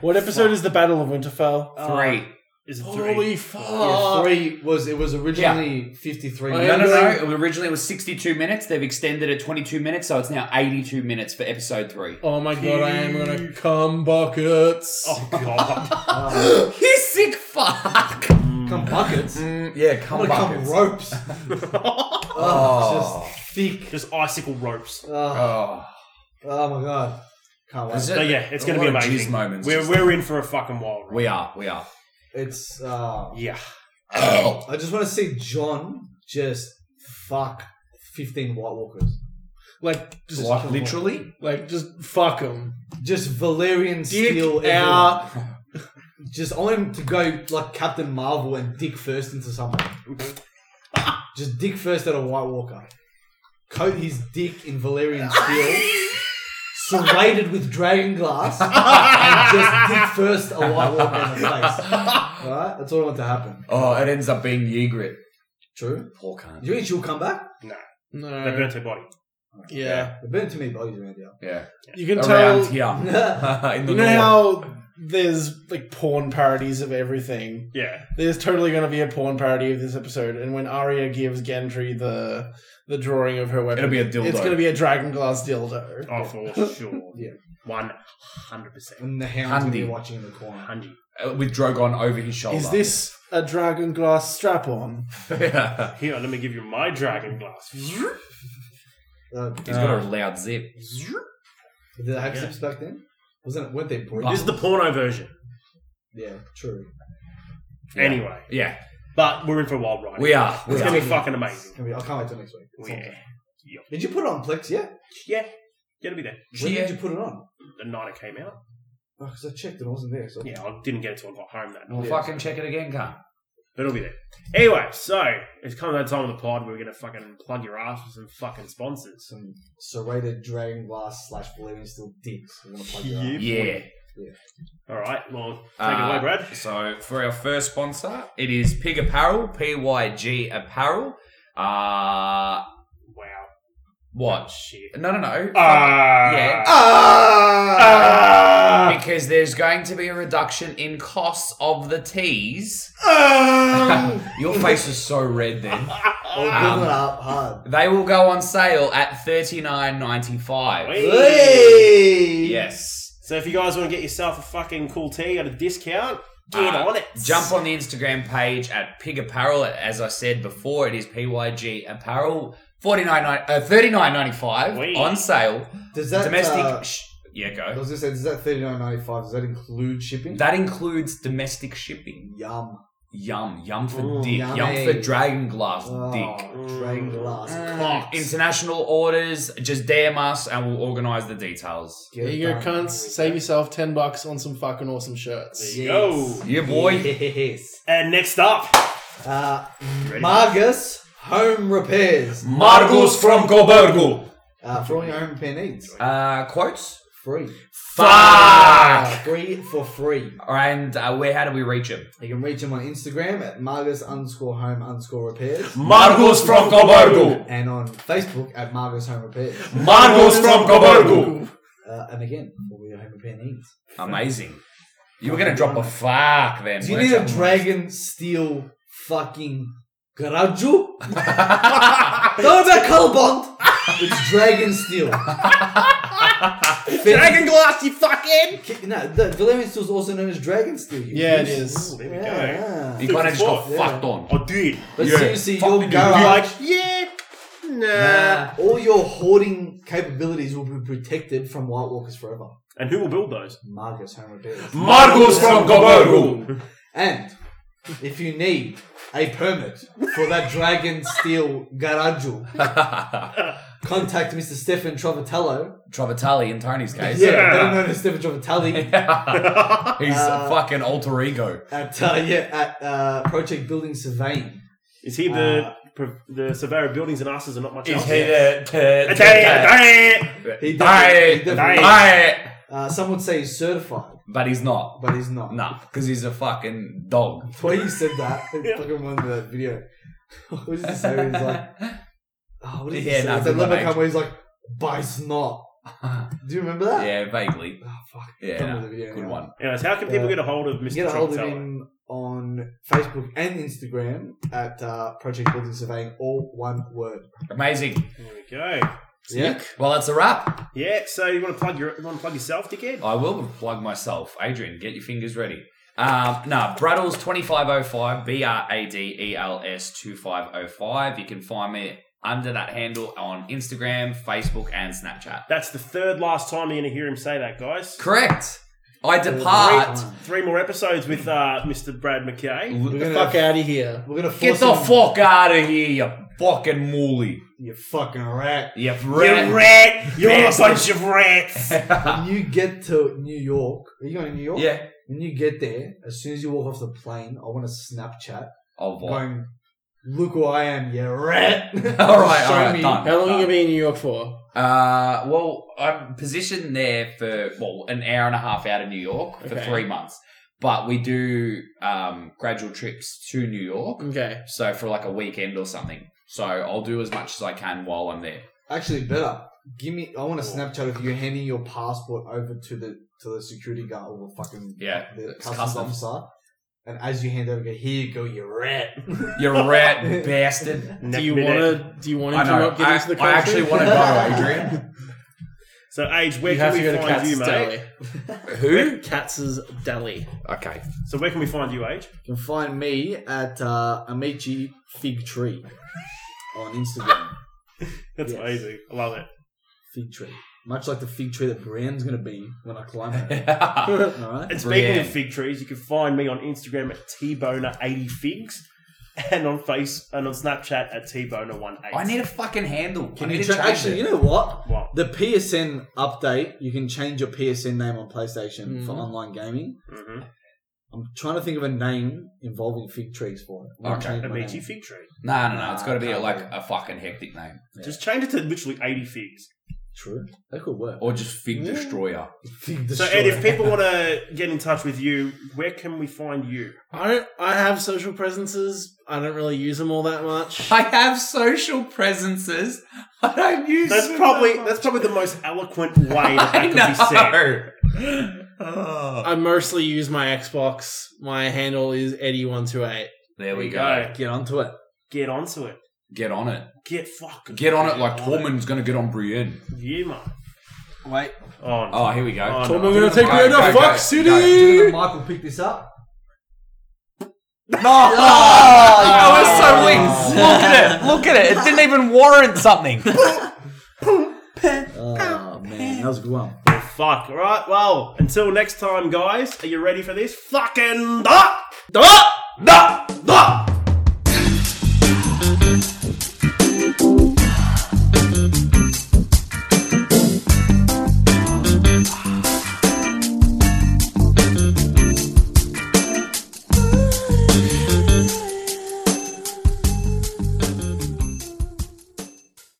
D: What episode is the Battle of Winterfell?
B: Uh,
A: Three.
B: Is it three?
D: Holy fuck!
C: Yeah,
D: Oh.
C: three was it was originally fifty three.
A: No, no, Oh, no. It was- Originally, it was 62 minutes. They've extended it 22 minutes, so it's now 82 minutes for episode three.
D: Oh my god, I am gonna come buckets.
B: oh god.
C: Oh.
A: you sick fuck.
C: come buckets.
A: yeah,
C: I'm
A: come
C: gonna Mm. come
A: back.
C: ropes.
A: Oh.
C: oh, just thick.
B: Just icicle ropes.
C: Oh,
A: Oh.
C: oh my god, can't wait.
A: Is it-
B: So yeah, it's
A: a
B: going to be
A: lot of jizz
B: amazing.
A: moments.
B: We're, we're in for a fucking wild ride.
A: We are. We are.
C: It's. Uh,
B: Yeah.
C: I just want to see John just fuck fifteen White Walkers.
D: Like, just,
A: Like, literally?
D: like, just fuck them.
C: Just Valerian
D: Dick
C: steel. everyone.
D: out.
C: Just I want him to go like Captain Marvel and dick first into someone. just dick first at a White Walker, coat his dick in Valerian steel, serrated with dragon glass, and just dick first a White Walker in the face. Alright? That's all I want to happen.
A: oh, it ends up being Ygritte.
C: True.
A: Poor cunt.
C: Do you think she'll come back?
B: They
D: No.
B: burnt her body.
D: Yeah.
C: There burn too many bodies around here.
A: Yeah.
D: You can
A: Around
D: tell.
A: here.
C: yeah,
A: In the
D: You know
A: north.
D: how there's like porn parodies of everything.
B: Yeah.
D: There's totally going to be a porn parody of this episode, and when Arya gives Gendry the the drawing of her weapon,
A: It'll be a dildo.
D: It's going to be a dragon glass dildo.
B: Oh, for sure.
C: Yeah.
B: One hundred percent.
C: and the hound's gonna be
A: Handy.
C: watching in the corner.
B: Hundred.
A: Uh, with Drogon over his shoulder.
D: Is this a dragon glass strap on?
A: yeah.
B: Here, let me give you my dragon glass.
C: Uh,
A: He's got a loud zip.
C: did they have
B: Yeah.
C: zips back then? Wasn't it? Weren't they boring?
B: This is the porno version.
C: yeah, true.
A: Yeah.
B: Anyway,
A: Yeah.
B: but we're in for a wild ride.
A: We are. We
B: It's gonna
A: are.
B: be fucking amazing.
C: Can we, I can't wait till next week. It's
B: Yeah.
C: on. Did you put it on Plex yet?
B: Yeah. Yeah, it'll be there.
C: When
A: Yeah.
C: did you put it on?
B: The night it came out.
C: Because I checked and it wasn't there. So
B: Yeah, I didn't get it till I got home that night.
A: We'll fucking check it again, cunt.
B: But it'll be there. Anyway, so it's come that time of the pod where we're gonna fucking plug your ass with some fucking sponsors.
C: some serrated dragon glass slash Valerian steel dicks. You want to plug
B: Yeah.
C: yeah.
A: Yeah.
B: Alright, well take it
A: Uh,
B: away, Brad.
A: So for our first sponsor, it is Pig Apparel, P Y G Apparel. Uh
B: Wow.
A: what?
B: Shit.
A: No, no, no.
B: Ah.
A: Yeah.
C: Ah!
B: Ah.
A: because there's going to be a reduction in costs of the teas. Your face is so red then.
C: We'll
A: Um,
C: bring it Oh, up hard.
A: They will go on sale at thirty nine ninety five.
B: Wait.
C: Hey!
A: Yes.
B: So if you guys want to get yourself a fucking cool tea at a discount, get
A: Uh,
B: on it.
A: Jump on the Instagram page at Pig Apparel. As I said before, it is PYG Apparel. 49, uh, 39.95
B: Wait.
A: on sale.
C: Does that
A: domestic.
C: Uh,
A: sh- yeah,
C: I
A: go.
C: was gonna say, does that thirty nine ninety five? Does that include shipping?
A: That includes domestic shipping.
C: Yum.
A: Yum, yum for
B: Ooh,
A: dick, yum
C: yummy.
A: for dragon glass
C: Oh,
A: dick.
C: Dragon glass.
D: Ah.
A: Mm. International orders, just DM us and we'll organise the details.
C: Get
D: There
C: it
D: you go,
C: done.
D: cunts. Save yourself 10 bucks on some fucking awesome shirts.
B: There you go.
A: Yeah, boy.
C: Yes.
B: And next up,
C: Uh,
B: ready?
C: Margus Home Repairs.
A: Margus from Gobergo.
C: Uh, for all your home repair needs.
A: Uh, quotes?
C: Free.
A: Fuck!
C: Free for free.
A: And uh, where, how do we reach him?
C: You can reach him on Instagram at Margus underscore home underscore repairs.
A: Margus from Gobergo.
C: And on Facebook at Margus Home Repairs.
A: Margus from Gobergo.
C: Uh, and again, for all your home repair needs.
A: Amazing. You were going to drop a fuck then.
C: Do you
A: weren't
C: need a dragon steel fucking garaju? No, it's not color bond. It's dragon steel.
A: Dragon glass, you fucking!
C: No, the Valerian steel is also known as dragon steel. you
D: Yeah, it
C: goose.
D: is.
B: there we go.
C: Yeah.
A: You kind of just got
B: Yeah.
A: fucked on.
B: I did.
C: But
A: Yeah.
C: seriously,
A: Fuck
C: your
A: you.
B: Like,
C: garage,
B: yeah, nah.
C: nah, all your hoarding capabilities will be protected from White Walkers forever.
B: And who will build those?
C: Margus Home Repairs.
A: Margus from Gobergo.
C: And if you need a permit for that dragon steel garage, contact Mr. Stefan Trovatello.
A: Travatali in Tony's case.
C: Yeah, better known as Stefan Trovatelli.
A: He's
C: Uh,
A: a fucking alter ego.
C: at uh, yeah at uh, Project Building Surveying.
B: Is he the pro- the surveyor of buildings and asses and not much else?
A: Uh, the
B: I tell you, I tell you.
C: He
A: Aye,
C: definitely, he definitely
A: aye.
C: uh, some would say he's certified,
A: But he's not.
C: but he's not.
A: Nah, because he's a fucking dog.
C: The way you said that, I fucking remember that video. what does he say? He's like, oh, what is
A: Yeah,
C: yeah,
A: nah,
C: nah,
A: good
C: that leper
A: one,
C: come where he's like, "Bites not." Do you remember that?
A: yeah, vaguely.
C: Oh, fuck.
A: Yeah,
C: Can't remember
A: nah,
C: the video
A: good
C: now.
A: one.
B: Anyways, how can people
C: Uh,
B: get a hold of Mr.
C: Get a hold of
B: Trocatello?
C: him on Facebook and Instagram at uh, Project Building Surveying, all one word.
A: Amazing.
B: There we go.
C: Yeah.
A: Well, that's a wrap.
B: Yeah, so you want to plug your, you want to plug yourself, dickhead?
A: I will plug myself. Adrian, get your fingers ready. Um, nah, Braddles 2505, B R A D E L S 2505. You can find me under that handle on Instagram, Facebook, and Snapchat.
B: That's the third last time you're going to hear him say that, guys.
A: Correct. I depart.
B: Three more episodes with uh, Mr. Brad McKay.
D: Get
C: We're
D: the
C: gonna-
D: fuck out of here.
C: We're gonna
A: Get
C: force
A: the
C: him-
A: fuck out of here, you fucking mooly.
C: You fucking rat.
A: You
B: You
A: rat.
B: rat! You're a
A: Bastard.
B: bunch of rats!
C: when you get to New York, are you going to New York?
A: yeah.
C: When you get there, as soon as you walk off the plane, I want a Snapchat
A: Oh, boy.
C: going Look who I am, you rat.
A: All right,
C: Show
A: all right,
C: me.
A: done.
D: How long
A: done.
D: you gonna be in New York for?
A: Uh, well, I'm positioned there for well an hour and a half out of New York for
D: Okay.
A: three months, but we do um, gradual trips to New York,
D: Okay.
A: so for like a weekend or something. So I'll do as much as I can while I'm there.
C: Actually, better. Give me. I want a Snapchat of you handing your passport over to the to the security guard or the fucking
A: Yeah,
C: the
A: it's
C: customs,
A: customs.
C: officer. And as you hand over, go here you go, you rat.
A: You rat bastard!
D: Do
B: Next
D: you
B: minute.
D: wanna? Do you want
A: I
D: to
A: know.
D: not get
A: I,
D: into the
A: I
D: country?
A: actually want to go, Adrian.
B: So, Age, where
D: you
B: can
D: have
B: we
D: to go to
B: find
D: Katz's
B: you, mate?
D: Deli.
A: Who?
D: Katz's Deli.
A: Okay.
B: So, where can we find you, Age?
C: You can find me at uh, Amici Fig Tree on Instagram.
B: That's
C: Yes.
B: amazing. I love it.
C: Fig Tree. Much like the fig tree that Brienne's going to be when I climb it.
A: yeah,
C: Alright?
B: And speaking
A: Brienne.
B: of fig trees, you can find me on Instagram at tboner80figs and on face and on Snapchat at tboner18.
A: I need a fucking handle. Can
C: Can
A: I
C: you
A: need
C: tra-
A: to change
C: actually,
A: it.
C: you know what?
B: What?
C: The PSN update, you can change your PSN name on PlayStation
A: Mm-hmm.
C: for online gaming.
B: hmm
C: I'm trying to think of a name involving fig trees for it. I'm gonna
A: Okay.
C: change my
B: Amici
C: name.
B: fig tree.
A: No, no, no.
C: Nah,
A: It's got to be
C: can't
A: like
C: do it.
A: a fucking hectic name,
C: Yeah.
B: Just change it to literally 80 figs.
C: True. That could work.
A: or just
C: Mm.
A: Fig Destroyer.
C: Fig
B: So,
C: Destroyer.
B: Ed, if people want to get in touch with you, where can we find you?
D: I don't. I have social presences. I don't really use them all that much.
A: I have social presences. I don't use.
B: That's
A: them
B: probably
A: that
B: that's probably the most eloquent way that, that
A: much.
B: could be said.
A: know. Oh.
D: I mostly use my Xbox. My handle is Eddie128.
A: There we
B: you
A: go.
C: Get onto it.
B: Get onto it.
A: Get on it.
B: Get fucking.
A: Get on it like Tormund's going to get on Brienne.
B: Yeah, man.
C: Wait.
B: Oh, no.
A: Oh, here we go.
B: Oh,
D: So
B: no.
D: I'm gonna take
A: Go,
D: me
A: go,
D: to
A: go.
D: Fox City.
C: Did Michael pick this up?
A: No! Oh, that was so weak. Look at it. Look at it. It didn't even warrant something.
C: Oh, man. That was a good one.
A: Oh.
B: Fuck. All right. Well, until next time, guys. Are you ready for this? Fucking. Ah!
A: Da! Da! Da!